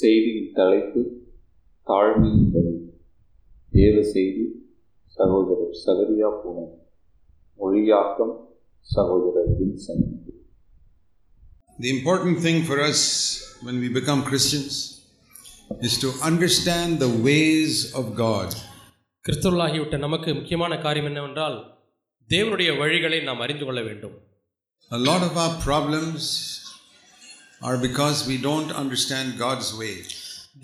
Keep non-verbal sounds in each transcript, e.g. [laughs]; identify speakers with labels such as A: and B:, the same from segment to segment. A: செய்தியின் தலைப்பு தாழ்மையின் பலி தேவ செய்தி சகோதரர் சகரியா பூனம் மொழியாக்கம் சகோதரர் Vinson
B: The important thing for us when we become Christians is to understand the ways of God.
C: கிறிஸ்துவர்களாகிவிட்ட நமக்கு முக்கியமான காரியம் என்னவென்றால் தேவனுடைய வழிகளை நாம் அறிந்து கொள்ள வேண்டும்
B: A lot of our problems are because we don't understand God's way.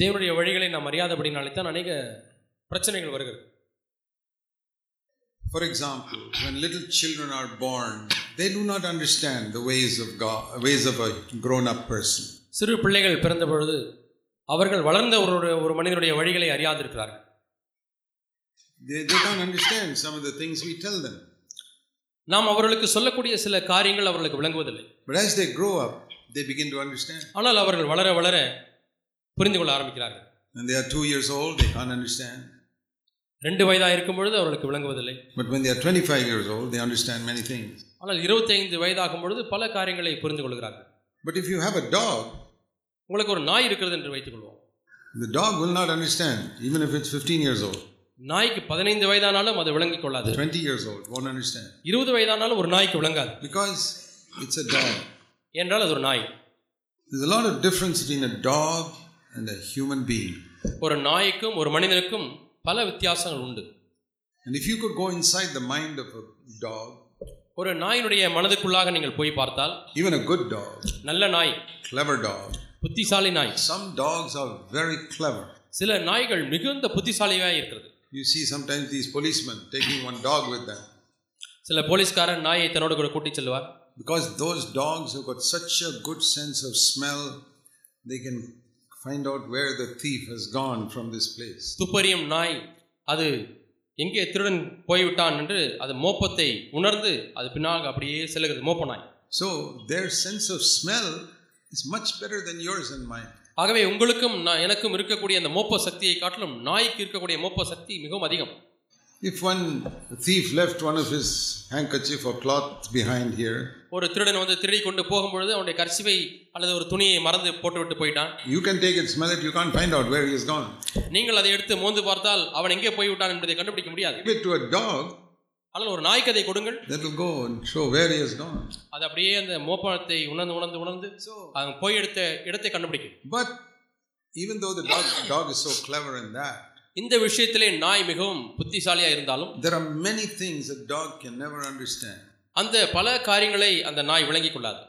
C: தேவனுடைய வழிகளை நாம் அறியாதபடினாலே தான் அநேக பிரச்சனைகள் வருகிறது
B: For example, when little children are born, they do not understand the ways of God, ways of a grown-up person.
C: சிறு பிள்ளைகள் பிறந்த பொழுது அவர்கள் வளர்ந்த ஒரு ஒரு மனிதனுடைய வழிகளை அறியாதிருக்கிறார்கள்
B: They, they can't understand some of the things we tell them.
C: நாம் அவர்களுக்கு சொல்லக்கூடிய சில காரியங்கள் அவர்களுக்கு விளங்குவதில்லை
B: But as they grow up, they begin to understand.
C: ஆனால் அவர்கள் வளர வளர புரிந்து கொள்ள ஆரம்பிக்கிறார்கள்
B: When they are two years old, they can't understand.
C: ரெண்டு வயதாக இருக்கும் பொழுது அவர்களுக்கு விளங்குவதில்லை
B: But when they are 25 years old, they understand many things.
C: ஆனால் இருபத்தைந்து வயதாகும் பொழுது பல காரியங்களை புரிந்து கொள்கிறார்கள்
B: But if you have a dog,
C: உங்களுக்கு ஒரு நாய் இருக்கிறது என்று வைத்துக்கொள்வோம்
B: the dog will not understand, even if it's 15 years old,
C: நாய்க்கு பதினைந்து வயதானாலும் அது விளங்கிக் கொள்ளாது
B: 20 years old, won't understand.
C: இருபது வயதானாலும் ஒரு நாய்க்கு விளங்காது
B: Because it's a dog.
C: என்றால் அது ஒரு நாய்
B: There's a lot of difference between a dog and a human being.
C: ஒரு நாய்க்கும் ஒரு மனிதனுக்கும் பல வித்தியாசங்கள் உண்டு
B: And if you could go inside the mind of a dog,
C: ஒரு நாயினுடைய மனதுக்குள்ளாக நீங்கள் போய் பார்த்தால்
B: even a good dog,
C: நல்ல நாய்
B: clever dog,
C: புத்திசாலி நாய்
B: some dogs are very clever.
C: சில நாய்கள் மிகுந்த புத்திசாலியாக இருக்கிறது
B: You see sometimes these policemen taking one dog with them.
C: சில போலீஸ்காரன் நாயை தன்னோடு கூட கூட்டிச் செல்வார்
B: Because those dogs have got such a good sense of smell, they can find out where the thief has gone from this place.
C: துப்பறியும் நாய் அது எங்கே திருடன் போய்விட்டான் என்று அது மோப்பத்தை உணர்ந்து அது பின்னாக அப்படியே செல்கிறது மோப்ப நாய்
B: So their sense of smell is much better than yours and mine.
C: ஆகவே உங்களுக்கும் நான் எனக்கும் இருக்கக்கூடிய அந்த மோப்ப சக்தியை காட்டிலும் நாய்க்கு இருக்கக்கூடிய மோப்ப சக்தி மிகவும் அதிகம்
B: If one thief left one of his handkerchief or cloth behind here,
C: ஒரு திருடன் வந்து திருடி கொண்டு போகும்பொழுது அவனுடைய கர்சிவை அல்லது ஒரு துணியை மறந்து போட்டுவிட்டு போயிட்டான்
B: you can take it, smell it, you can't find out where he has gone.
C: நீங்கள் அதை எடுத்து மோந்து பார்த்தால் அவன் எங்கே போய்விட்டான் என்பதை கண்டுபிடிக்க முடியாது
B: Give it to a dog,
C: ஆனால் ஒரு நாய்க்கு அதை கொடுங்கள்
B: that will go and show where he has gone.
C: அது அப்படியே அந்த மோப்பனத்தை உணர்ந்து உணர்ந்து உணர்ந்து அவன் போய் எடுத்த இடத்தை கண்டுபிடிக்கும்
B: But even though the dog, dog is so clever in that,
C: இந்த விஷயத்திலே நாய் மிகவும் புத்திசாலியா இருந்தாலும்
B: there are many things a dog can never understand.
C: அந்த பல காரியங்களை அந்த நாய் விளங்கிக் கொள்ளாது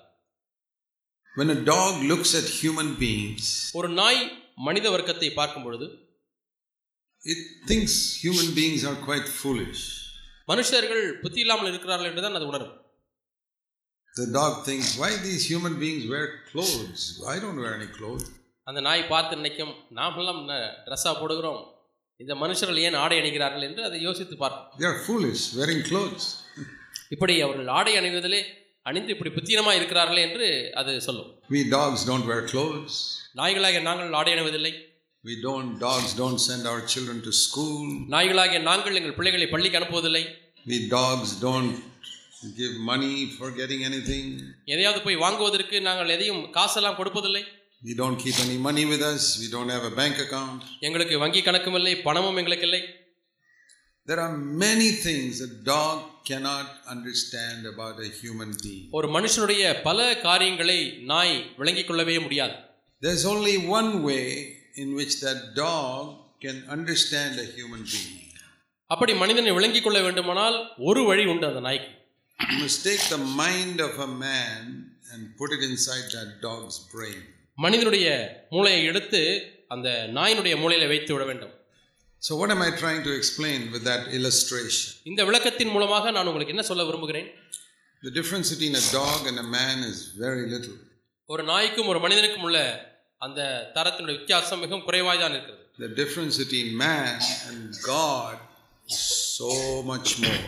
B: When a dog looks at human beings,
C: ஒரு நாய் மனித வர்க்கத்தை பார்க்கும் பொழுது
B: it thinks human beings are quite foolish.
C: மனுஷர்கள் புத்தி இல்லாமல் இருக்கிறார்கள் என்றுதான் அது உணரும்
B: The dog thinks, why these human beings wear clothes? I don't wear any clothes.
C: அந்த நாய் பார்த்து நினைக்கும் நாமெல்லாம் ட்ரெஸ்ஸாக போடுகிறோம் இந்த மனுஷர்கள் ஏன் ஆடை அணிகிறார்கள் என்று அதை யோசித்து பார்க்கும்
B: They are foolish, wearing clothes.
C: இப்படி அவர்கள் ஆடை அணிவதிலே அணிந்து இப்படி புத்தீனமாக இருக்கிறார்களே என்று அது சொல்லும்
B: We dogs don't wear clothes.
C: நாய்களாகிய நாங்கள் ஆடை அணிவதில்லை
B: We don't, dogs don't send our children to school.
C: நாய்களாகிய நாங்கள் எங்கள் பிள்ளைகளை பள்ளிக்கு அனுப்புவதில்லை
B: We dogs don't give money for getting anything.
C: எதையாவது போய் வாங்குவதற்கு நாங்கள் எதையும் காசெல்லாம் கொடுப்பதில்லை
B: We don't keep any money with us. We don't have a bank account.
C: எங்களுக்கு வங்கி கணக்கும் இல்லை பணமும் எங்களுக்கு இல்லை
B: There are many things a dog cannot understand about a human being.
C: ஒரு மனுஷனுடைய பல காரியங்களை நாய் விளங்கிக் கொள்ளவே முடியாது
B: There's only one way in which that dog can understand a human being.
C: அப்படி மனிதனை விளங்கிக் கொள்ள வேண்டுமானால் ஒரு வழி உண்டு அந்த நாய்க்கு
B: You must take the mind of a man and put it inside that dog's brain.
C: மனிதனுடைய மூளையை எடுத்து அந்த நாயினுடைய மூளையில வைத்து விட வேண்டும்
B: So, what am I trying to explain with that illustration?
C: இந்த விளக்கத்தின் மூலமாக நான் உங்களுக்கு என்ன சொல்ல விரும்புகிறேன்
B: The difference between a dog and a man is very little.
C: ஒரு நாய்க்கும் ஒரு மனிதனுக்கும் உள்ள அந்த தரத்தினுடைய வித்தியாசம் மிகவும் குறைவாய் தான் இருக்கிறது
B: The difference between man and God is so much more.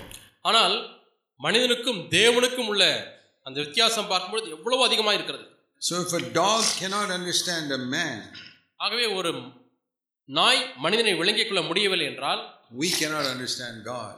C: ஆனால் மனிதனுக்கும் தேவனுக்கும் உள்ள அந்த வித்தியாசம் பார்க்கும்பொழுது எவ்வளவு அதிகமாக இருக்கிறது
B: So, if a dog cannot understand a man,
C: ஆகவே ஒரு நாய் மனிதனை விளங்கிக் கொள்ள முடியவில்லை என்றால்
B: we cannot understand God.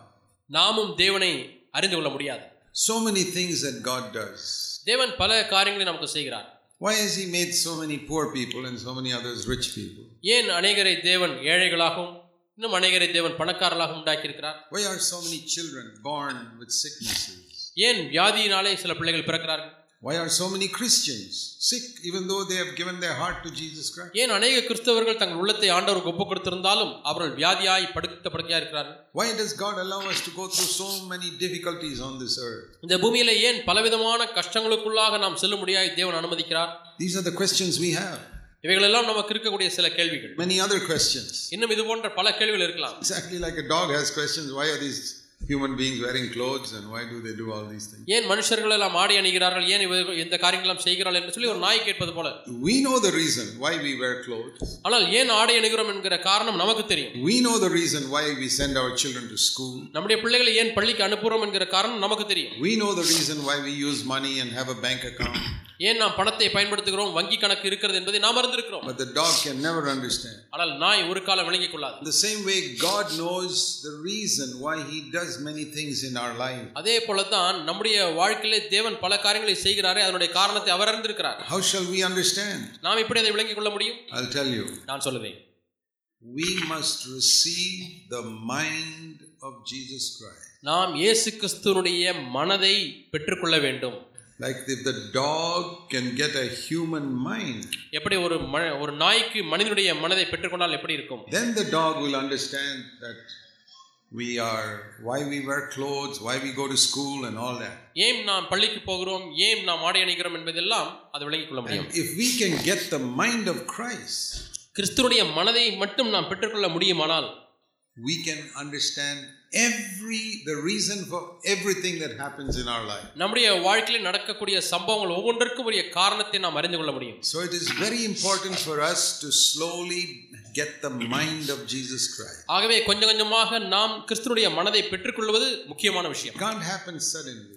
C: நாமும் தேவனை அறிந்து கொள்ள முடியாது
B: So many things that God does.
C: தேவன் பல காரியங்களை நமக்கு செய்கிறார்
B: Why has He made so many poor people and so many others rich people?
C: ஏன் அநேகரை தேவன் ஏழைகளாகவும் இன்னும் அநேகரை தேவன் பணக்காரர்களாகவும் உண்டாக்கியிருக்கிறார்
B: Why are so many children born with sicknesses?
C: ஏன் வியாதியினாலே சில பிள்ளைகள் பிறக்கிறார்கள்
B: Why are so many Christians sick even though they have given their heart to Jesus Christ?
C: ஏன் அநேக கிறிஸ்தவர்கள் தங்கள் உள்ளத்தை ஆண்டவருக்கு ஒப்புக் கொடுத்திருந்தாலும் அவர்கள் வியாதியாய் படுத்த படுக்கையா இருக்கிறார்கள்
B: Why does God allow us to go through so many difficulties on this earth?
C: இந்த பூமியில ஏன் பலவிதமான கஷ்டங்களுக்குள்ளாக நாம் செல்லும்படியாய் தேவன் அனுமதிக்கிறார்
B: These are the questions we have.
C: இவைகளெல்லாம் நமக்கு இருக்கக்கூடிய சில கேள்விகள்
B: Many other questions.
C: இன்னும் இது போன்ற பல கேள்விகள் இருக்கலாம்
B: Exactly like a dog has questions why are these human beings wearing clothes and why do they do all these things?
C: ஏன் மனுஷர்கள் எல்லாம் ஆடை அணிகிறார்கள் ஏன் இவர்கள் இந்த காரியங்களெல்லாம் செய்கிறார்கள் என்று சொல்லி ஒரு நாய் கேட்பது போல
B: We know the reason why we wear clothes.
C: ஆனால் ஏன் ஆடை அணிகிறோம் என்கிற காரணம் நமக்கு தெரியும்
B: We know the reason why we send our children to school.
C: நம்முடைய பிள்ளைகளை ஏன் பள்ளிக்கு அனுப்புகிறோம் என்கிற காரணம் நமக்கு தெரியும்
B: We know the reason why we use money and have a bank account.
C: ஏன் நாம் பணத்தை பயன்படுத்துகிறோம் வங்கி கணக்கு இருக்கிறது என்பதை நாம் அறிந்திருக்கிறோம்
B: But the dog can never understand.
C: ஆனால் நாய் ஒரு காலம் விளங்கிக் கொள்ளாது
B: The same way, God knows the reason why He does many things in our life.
C: அதே போலதான் நம்முடைய வாழ்க்கையிலே தேவன் பல காரியங்களை செய்கிறாரே அதனுடைய காரணத்தை அவர் அறிந்திருக்கிறார்
B: How shall we understand?
C: நாம் எப்படி அதை விளங்கிக் கொள்ள முடியும்
B: I'll tell you.
C: நான் சொல்லுவேன்
B: We must receive the mind of Jesus Christ.
C: நாம் இயேசு கிறிஸ்துவனுடைய மனதை பெற்றுக்கொள்ள வேண்டும்
B: Like if the dog can get a human mind,
C: எப்படி ஒரு ம ஒரு நாய்க்கு மனிதனுடைய மனதை பெற்றுக்கொண்டால் எப்படி இருக்கும்
B: then the dog will understand that we are, why we wear clothes, why we go to school, and all that.
C: ஏன் நாம் பள்ளிக்கு போகிறோம் ஏன் நாம் ஆடை அணிகிறோம் என்பதெல்லாம் அதை விளங்கிக் கொள்ள முடியும்
B: If we can get the mind of Christ,
C: கிறிஸ்துவனுடைய மனதை மட்டும் நாம் பெற்றுக்கொள்ள முடியுமானால்
B: we can understand every the reason for everything that happens in our life
C: நம்முடைய வாழ்க்கையில் நடக்கக்கூடிய சம்பவங்கள் ஒவ்வொன்றிற்கும் உரிய காரணத்தை நாம் அறிந்து கொள்ள முடியும்
B: so it is very important for us to slowly get the mind of jesus christ
C: ஆகவே கொஞ்சம் கொஞ்சமாக நாம் கிறிஸ்துவனுடைய மனதை பெற்றுக்கொள்வது முக்கியமான
B: it
C: விஷயம்
B: can't happen suddenly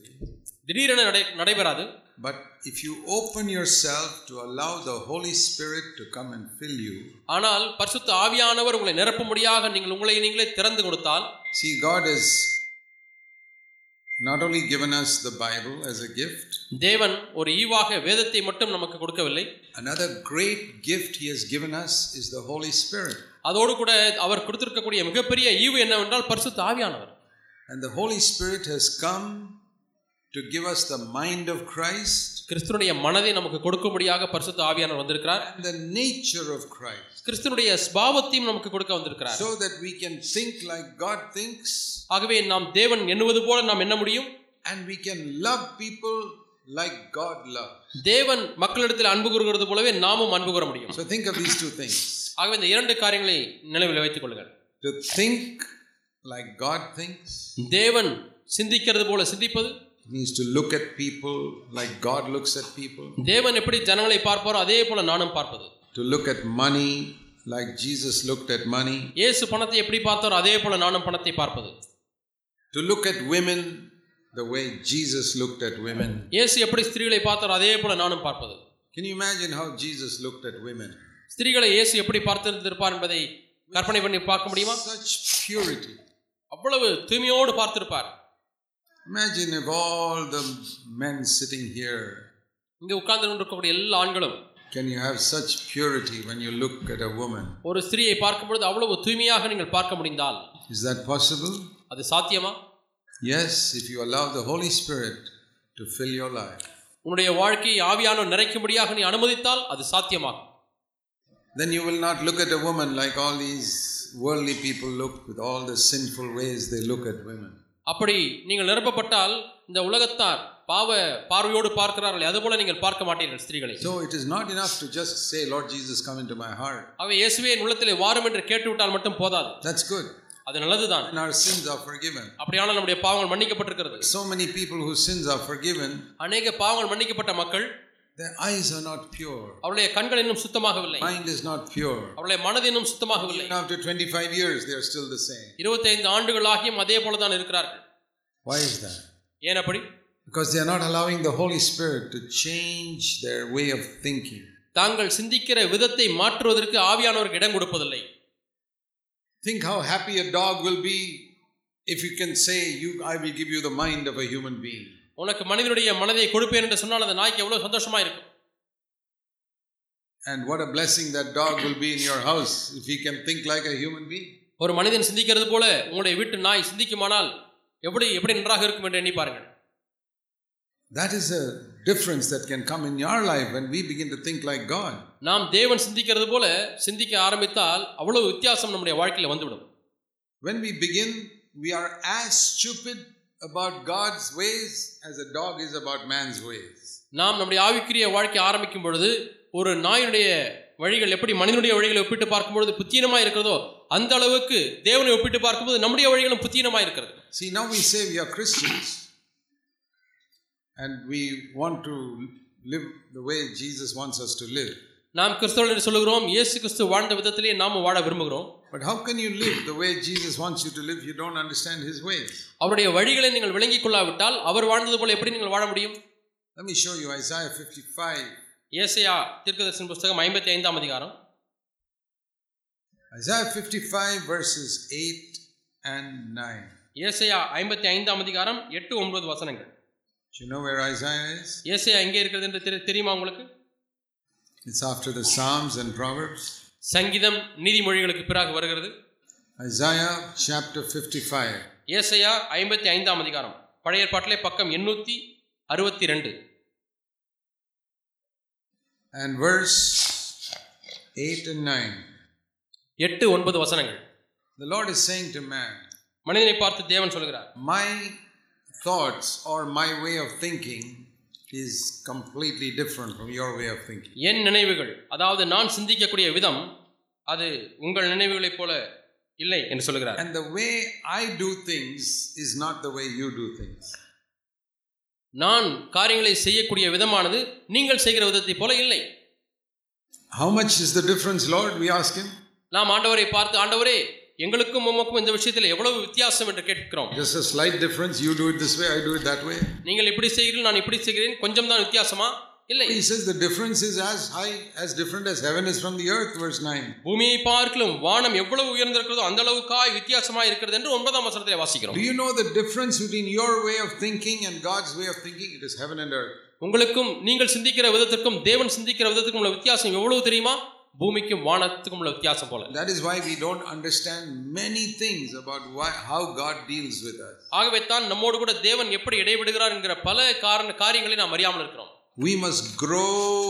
C: திடீரென நடை நடைபெறாது
B: but if you open yourself to allow the holy spirit to come and fill you
C: ஆனால் பரிசுத்த ஆவியானவர் உங்களை நிரப்பும்படியாக நீங்கள் உங்களை நீங்களே திறந்து கொடுத்தால்
B: see god has not only given us the bible as a gift
C: தேவன் ஒரு ஈவாக வேதத்தை மட்டும் நமக்கு கொடுக்கவில்லை
B: another great gift he has given us is the holy spirit
C: அதோடு கூட அவர் கொடுத்திருக்கக்கூடிய மிகப்பெரிய ஈவு என்னவென்றால் பரிசுத்த ஆவியானவர்
B: And the Holy Spirit has come to give us the mind of Christ
C: கிறிஸ்துவனுடைய மனதை நமக்கு கொடுக்கும்படியாக பரிசுத்த ஆவியானவர் வந்திருக்கிறார்
B: and the nature of Christ
C: கிறிஸ்துவனுடைய ஸ்பாவத்தையும் நமக்கு கொடுக்க வந்திருக்கிறார்
B: so that we can think like God thinks
C: ஆகவே நாம் தேவன் எண்ணுவது போல நாம் என்ன முடியும்
B: and we can love people like God loved.
C: தேவன் மக்களிடத்தில் அன்பு கூறுகிறது போலவே நாமும் அன்பு கூற முடியும்
B: So think of these two things
C: ஆகவே இந்த இரண்டு காரியங்களை நினைவில் வைத்துக் கொள்ளுங்கள்
B: to think like God thinks
C: தேவன் சிந்திக்கிறது போல சிந்திப்பது
B: means to look at people like God looks at people,
C: தேவன் எப்படி ஜனங்களை பார்ப்பாரோ அதே போல நானும் பார்ப்பது
B: to look at money like Jesus looked at money,
C: இயேசு பணத்தை எப்படி பார்த்தாரோ அதே போல நானும் பணத்தை பார்ப்பது
B: to look at women the way Jesus looked at women.
C: இயேசு எப்படி ஸ்திரீகளை பார்த்தாரோ அதே போல நானும் பார்ப்பது
B: Can you imagine how Jesus looked at women?
C: ஸ்திரீகளை இயேசு எப்படி பார்த்திருந்திருப்பார் என்பதை கற்பனை பண்ணி பார்க்க முடியுமா
B: Such purity.
C: அவ்வளவு தூய்மையோடு பார்த்திருப்பார்
B: Imagine if all the men sitting here,
C: இங்கே உட்கார்ந்து கொண்டிருக்கக்கூடிய எல்லா ஆண்களும்
B: can you have such purity when you look at a woman?
C: ஒரு ஸ்திரீயை பார்க்கும்பொழுது அவ்வளவு தூய்மையாக நீங்கள் பார்க்க முடிந்தால்
B: Is that possible?
C: அது சாத்தியமா
B: Yes, if you allow the Holy Spirit to fill your life.
C: உன்னுடைய வாழ்க்கையை ஆவியானவர் நிறைக்கும்படியாக நீ அனுமதித்தால் அது சாத்தியமாகும்
B: Then you will not look at a woman like all these worldly people look with all the sinful ways they look at women.
C: அப்படி நீங்கள் நிரப்பப்பட்டால் இந்த உலகத்தார் பாவ பார்வையோடு பார்க்கிறார்கள் அதுபோல நீங்கள் பார்க்க மாட்டீர்கள் ஸ்திரீகளை
B: So it is not enough to just say, Lord Jesus, come into my heart.
C: அவை இயேசுவே என் உள்ளத்திலே வாரும் என்று கேட்டுவிட்டால் மட்டும் போதாது
B: That's good.
C: அது நல்லதுதான்
B: And our sins are forgiven.
C: அப்படியானால் நம்முடைய பாவங்கள் மன்னிக்கப்பட்டிருக்கிறது
B: So many people whose sins are forgiven
C: அநேக பாவங்கள் மன்னிக்கப்பட்ட மக்கள்
B: Their eyes are not pure.
C: அவருடைய கண்கள் இன்னும் சுத்தமாகவில்லை
B: Mind is not pure.
C: அவருடைய மனது இன்னும் சுத்தமாகவில்லை
B: Even after 25 years, they are still the same.
C: இருபத்தைந்து ஆண்டுகள் ஆகியும் அதே போலதான் இருக்கிறார்கள்
B: Why is that?
C: ஏன் அப்படி
B: Because they are not allowing the Holy Spirit to change their way of thinking.
C: தாங்கள் சிந்திக்கிற விதத்தை மாற்றுவதற்கு ஆவியானவருக்கு இடம் கொடுப்பதில்லை
B: Think how happy a dog will be if you can say, you, I will give you the mind of a human being.
C: உனக்கு மனிதனுடைய மனதை கொடுப்பேன் என்று சொன்னால் அந்த நாய்க்கு எவ்வளவு சந்தோஷமா இருக்கும்
B: And what a blessing that dog will be in your house if he can think like a human being.
C: ஒரு மனிதன் சிந்திக்கிறது போல உங்களுடைய வீட்டு நாய் சிந்திக்குமானால் எப்படி எப்படி நன்றாக இருக்கும் என்று எண்ணி பாருங்கள்
B: That is a difference that can come in your life when we begin to think like God.
C: நாம் தேவன் சிந்திக்கிறது போல சிந்திக்க ஆரம்பித்தால் அவ்வளவு வித்தியாசம் நம்முடைய வாழ்க்கையில் வந்துவிடும்
B: When we begin, we are as stupid about God's ways as a dog is about man's ways.
C: நாம் நம்முடைய ஆவிக்குரிய வாழ்க்கை ஆரம்பிக்கும் பொழுது ஒரு நாயினுடைய வழிகள் எப்படி மனிதனுடைய வழிகளை ஒப்பிட்டு பார்க்கும்பொழுது புத்தீனமாக இருக்கிறதோ அந்த அளவுக்கு தேவனை ஒப்பிட்டு பார்க்கும்போது நம்முடைய வழிகளும் புத்தீனமாக இருக்கிறது
B: See, now we say we are Christians and we want to live the way Jesus wants us to live.
C: நாம் கிறிஸ்தவர்கள் என்று சொல்லுகிறோம் இயேசு கிறிஸ்து வாழ்ந்த விதத்திலே நாம் வாழ விரும்புகிறோம்
B: But how can you live the way Jesus wants you to live if you don't understand his ways?
C: அவருடைய வழிகளை நீங்கள் விளங்கிக் கொள்ளாவிட்டால் அவர் வாழ்ந்தது போல எப்படி நீங்கள் வாழ முடியும்
B: Let me show you Isaiah 55.
C: ஏசையா தீர்க்கதரிசன புஸ்தகம் ஐம்பத்தி ஐந்தாம் அதிகாரம்
B: Isaiah 55, verses 8 and 9.
C: ஏசையா ஐம்பத்தி ஐந்தாம் அதிகாரம் எட்டு ஒன்பது வசனங்கள்
B: Do you know where Isaiah is?
C: ஏசையா எங்கே இருக்கிறது என்று தெரி- தெரியுமா உங்களுக்கு
B: It's after the Psalms and Proverbs.
C: சங்கீதம் நீதிமொழிகளுக்கு பிறகு வருகிறது
B: Isaiah chapter 55.
C: ஏசையா ஐம்பத்தி ஐந்தாம் அதிகாரம் பழைய ஏற்பாட்டிலே பக்கம் எண்ணூற்றி அறுபத்தி ரெண்டு
B: and verse 8 and 9.
C: எட்டு ஒன்பது வசனங்கள்
B: The Lord is saying to man,
C: மனிதனை பார்த்து தேவன் சொல்கிறார்
B: My thoughts or my way of thinking is completely different from your way of thinking.
C: என் நினைவுகள் அதாவது நான் சிந்திக்கக்கூடிய விதம் அது உங்கள் நினைவுகளைப் போல இல்லை என்று சொல்கிறார்
B: And the way I do things is not the way you do things.
C: நான் காரியங்களை செய்யக்கூடிய விதமானது நீங்கள் செய்கிற விதத்தைப் போல இல்லை
B: How much is the difference, Lord? We ask him.
C: நாம் ஆண்டவரை பார்த்து ஆண்டவரே எங்களுக்கும் உமக்கும் இந்த விஷயத்தில் எவ்வளவு வித்தியாசம் என்று கேட்கிறோம்
B: Just a slight difference. You do it this way, I do it that way.
C: நீங்கள் இப்படி செய்கிறீர்கள் நான் இப்படி செய்கிறேன் கொஞ்சம் தான் வித்தியாசமா இல்லை
B: He says the difference is as high, as different as heaven is from the earth, verse 9.
C: பூமியை பார்க்கலும் வானம் எவ்வளவு உயர்ந்திருக்கிறதோ அந்த அளவுக்காய் வித்தியாசமா இருக்கிறது என்று ஒன்பதாம் வசனத்தில் வாசிக்கிறோம்
B: Do you know the difference between your way of thinking and God's way of thinking? It is heaven and earth.
C: உங்களுக்கும் நீங்கள் சிந்திக்கிற விதத்திற்கும் தேவன் சிந்திக்கிற விதத்திற்கும் உள்ள வித்தியாசம் எவ்வளவு தெரியுமா பூமிக்கும் வானத்துக்கும் உள்ள வித்தியாசம் போல
B: That is why we don't understand many things about why, how God deals with us.
C: ஆகவே தான் நம்மோடு கூட தேவன் எப்படி இடைவிடுகிறார் என்கிற பல காரண காரியங்களை நாம் அறியாமல் இருக்கிறோம்
B: We must grow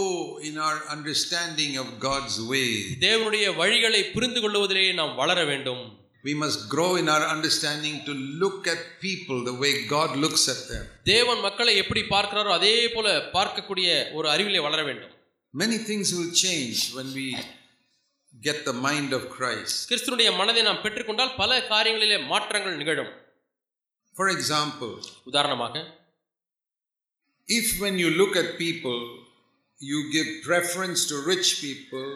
B: in our understanding of God's way.
C: தேவனுடைய வழிகளை புரிந்து கொள்வதிலேயே நாம் வளர வேண்டும்
B: We must grow in our understanding to look at people the way God looks at them.
C: தேவன் மக்களை எப்படி பார்க்கிறாரோ அதே போல பார்க்கக்கூடிய ஒரு அறிவிலே வளர வேண்டும்
B: Many things will change when we get the mind of Christ.
C: கிறிஸ்துனுடைய மனதை நாம் பெற்றுக்கொண்டால் பல காரியங்களிலே மாற்றங்கள் நிகழும்
B: For example,
C: உதாரணமாக
B: If when you look at people, you give preference to rich people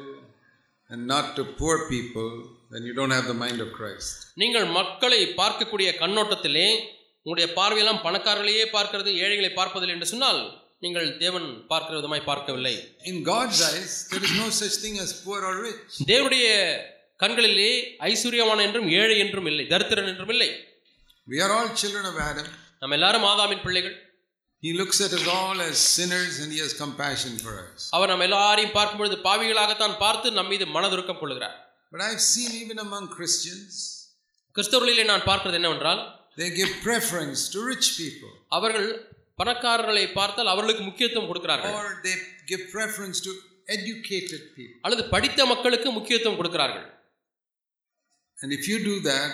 B: and not to poor people, then you don't have the mind of Christ.
C: நீங்கள் மக்களை பார்க்கக்கூடிய கண்ணோட்டத்திலே உங்களுடைய பார்வையெல்லாம் பணக்காரர்களையே பார்க்கிறது ஏழைகளை பார்ப்பதில்லை என்று சொன்னால் நீங்கள் தேவன் பார்க்கிற விதமாய் பார்க்கவில்லை
B: In God's eyes, there is no such thing as poor or rich.
C: தேவனுடைய கண்களிலே ஐஸ்வர்யவான் என்றும் ஏழை என்றும் இல்லை தரித்திரன் என்றும் இல்லை
B: We are all children of Adam.
C: நம்ம எல்லாரும் ஆதாமின் பிள்ளைகள்
B: He looks at us all as sinners and He has compassion for us.
C: அவர் நம்ம எல்லாரையும் பார்க்கும்பொழுது பாவிகளாகத்தான் பார்த்து நம் மீது மனதுருக்கம் கொள்கிறார்
B: But I've seen even among Christians,
C: கிறிஸ்தவர்களிலே நான் பார்க்கிறது என்னவென்றால்
B: they give preference to rich people
C: அவர்கள் பணக்காரர்களை பார்த்தால் அவர்களுக்கு முக்கியத்துவம் கொடுக்கிறார்கள்
B: or they give preference to educated people.
C: அல்லது படித்த மக்களுக்கு முக்கியத்துவம் கொடுக்கிறார்கள்
B: And if you do that,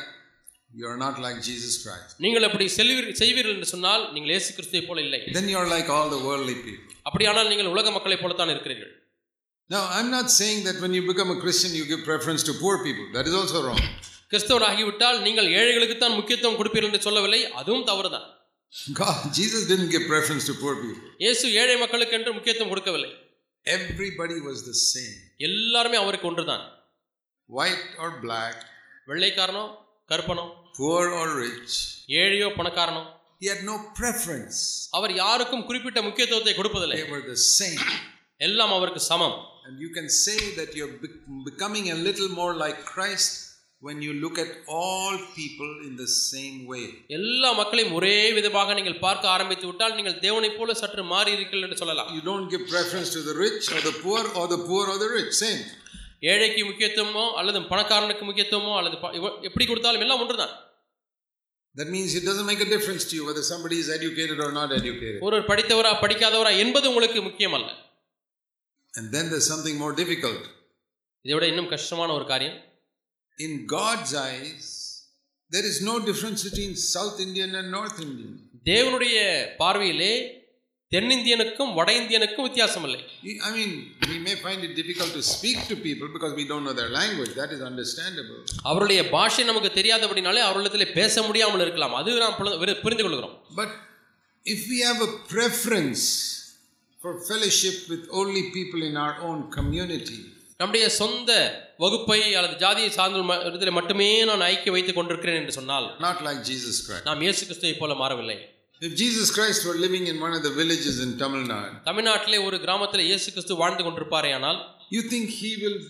B: you are not like Jesus Christ.
C: நீங்கள் அப்படி செல்வீர் செய்வீர்கள் என்று சொன்னால் நீங்கள் இயேசு கிறிஸ்துவை போல இல்லை
B: then you're like all the worldly people.
C: அப்படியானால் நீங்கள் உலக மக்களைப் போலத்தான் இருக்கிறீர்கள்
B: Now, I'm not saying that when you become a Christian, you give preference to poor people. That is also wrong. [laughs]
C: கிறிஸ்தவன் ஆகிவிட்டால் நீங்கள் ஏழைகளுக்குத்தான் முக்கியத்துவம் கொடுப்பீர்கள் என்று சொல்லவில்லை அதுவும் தவறுதான்
B: God, Jesus didn't give preference to poor people.
C: இயேசு ஏழை மக்களுக்கு என்று முக்கியத்துவம் கொடுக்கவில்லை
B: Everybody was the same
C: எல்லாருமே அவருக்கு ஒன்றுதான்
B: white or black,
C: வெள்ளைக்காரனோ கருப்பனோ
B: poor or rich.
C: ஏழையோ பணக்காரனோ
B: He had no preference.
C: அவர் யாருக்கும் குறிப்பிட்ட முக்கியத்துவத்தை கொடுப்பதில்லை
B: They were the same.
C: எல்லாம் அவருக்கு சமம்
B: And you can say that you're be- becoming a little more like Christ when you look at all people in the same way.
C: எல்லா மக்களையும் ஒரே விதமாக நீங்கள் பார்க்க ஆரம்பித்து விட்டால் நீங்கள் தேவனைப் போல சற்று மாறி இருக்கீர்கள் என்று சொல்லலாம்
B: You don't give preference to the rich or the poor or the poor or the rich. Same.
C: ஏழைக்கு முக்கியத்துவமோ அல்லது பணக்காரனுக்கு முக்கியத்துவமோ அல்லது ப- இவ- எப்படி கொடுத்தாலும் எல்லாம் ஒன்றுதான்
B: That means it doesn't make a difference to you whether somebody is educated or not educated.
C: ஒருவர் படித்தவரா படிக்காதவரா என்பது உங்களுக்கு முக்கியமல்ல
B: And then there's something more difficult.
C: இதை விட இன்னும் கஷ்டமான ஒரு காரியம்
B: In God's eyes, there is no difference between South Indian and North Indian.
C: தேவனுடைய பார்வையிலே தென்னிந்தியனுக்கும் வட இந்தியனுக்கும் வித்தியாசம் இல்லை
B: He- I mean, we may find it difficult to speak to people because we don't know their language. That is understandable.
C: அவருடைய பாஷை நமக்கு தெரியாதபடினாலே அவர்களிடத்தில் பேச முடியாமல் இருக்கலாம் அது நாம் புல- விரு- புரிந்து கொள்கிறோம்
B: But if we have a preference for fellowship with only people in our own community,
C: நம்முடைய சொந்த வகுப்பை அல்லது ஜாதியை சார்ந்த ம- இடத்திலே மட்டுமே நான் ஐக்கிய வைத்துக் கொண்டிருக்கிறேன் என்று சொன்னால்
B: not like Jesus Christ.
C: நாம் இயேசு கிறிஸ்துவை போல மாறவில்லை
B: If Jesus Christ were living in one of the villages in Tamil Nadu,
C: தமிழ்நாட்டிலே ஒரு கிராமத்தில் இயேசு கிறிஸ்து வாழ்ந்து கொண்டிருப்பாரே ஆனால்
B: you think he will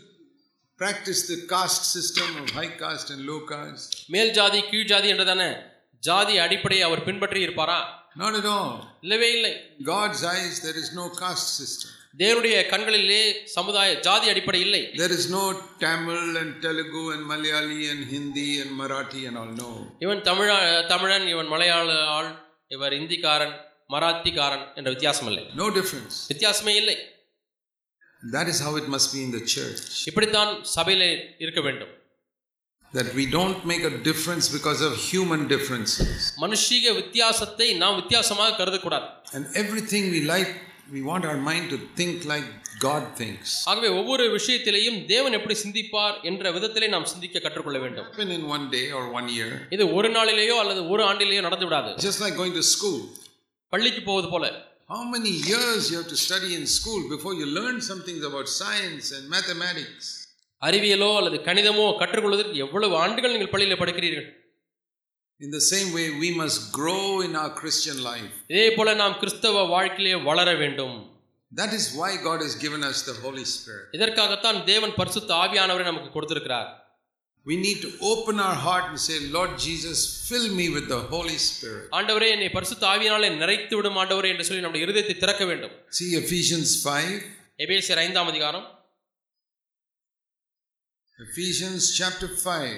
B: practice the caste system of high caste and low caste?
C: மேல் ஜாதி கீழ் ஜாதி என்றதான ஜாதி அடிப்படையை அவர் பின்பற்றி இருப்பாரா
B: Not at all.
C: இல்லவே இல்லை
B: In God's eyes, there is no caste system.
C: தேவனுடைய கண்களிலே சமுதாய ஜாதி அடிப்படை இல்லை
B: There is no Tamil and Telugu and Malayali and Hindi and Marathi and all. No.
C: இவன் தமிழா தமிழன் இவன் மலையாள ஆள் இவர் இந்திக்காரன் மராத்திக்காரன் என்ற வித்தியாசம் இல்லை
B: No difference.
C: வித்தியாசமே இல்லை
B: That is how it must be in the church.
C: இப்படித்தான் சபையிலே இருக்க வேண்டும்
B: that we don't make a difference because of human differences
C: மனுஷீக வித்தியாசத்தை நாம் வித்தியாசமாக கருதக்கூடாது
B: and everything we like we want our mind to think like god thinks
C: ஆகவே ஒவ்வொரு விஷயத்திலேயும் தேவன் எப்படி சிந்திப்பார் என்ற விதத்திலே நாம் சிந்திக்க கற்றுக்கொள்ள வேண்டும்
B: happen in one day or one year
C: இது ஒரு நாளிலேயோ அல்லது ஒரு ஆண்டிலேயோ நடந்து விடாது
B: just like going to school
C: பள்ளிக்கு போவது போல
B: how many years you have to study in school before you learn some things about science and mathematics
C: அறிவியலோ அல்லது கணிதமோ கற்றுக்கொள்வதற்கு எவ்வளவு ஆண்டுகள் நீங்கள் பள்ளியில் படிக்கிறீர்கள்
B: in the same way we must grow in our christian life
C: இதே போல நாம் கிறிஸ்தவ வாழ்க்கையிலே வளர வேண்டும்
B: that is why god has given us the holy spirit
C: இதற்காகத்தான் தேவன் பரிசுத்த ஆவியானவரை நமக்கு கொடுத்திருக்கிறார்
B: we need to open our heart and say lord jesus fill me with the holy spirit
C: ஆண்டவரே என்னை பரிசுத்த ஆவியானாலே நிறைத்து விடும் ஆண்டவரே என்று சொல்லி நம்முடைய இருதயத்தை திறக்க வேண்டும்
B: see ephesians 5
C: எபேசியர் ஐந்தாம் அதிகாரம்
B: Ephesians chapter 5.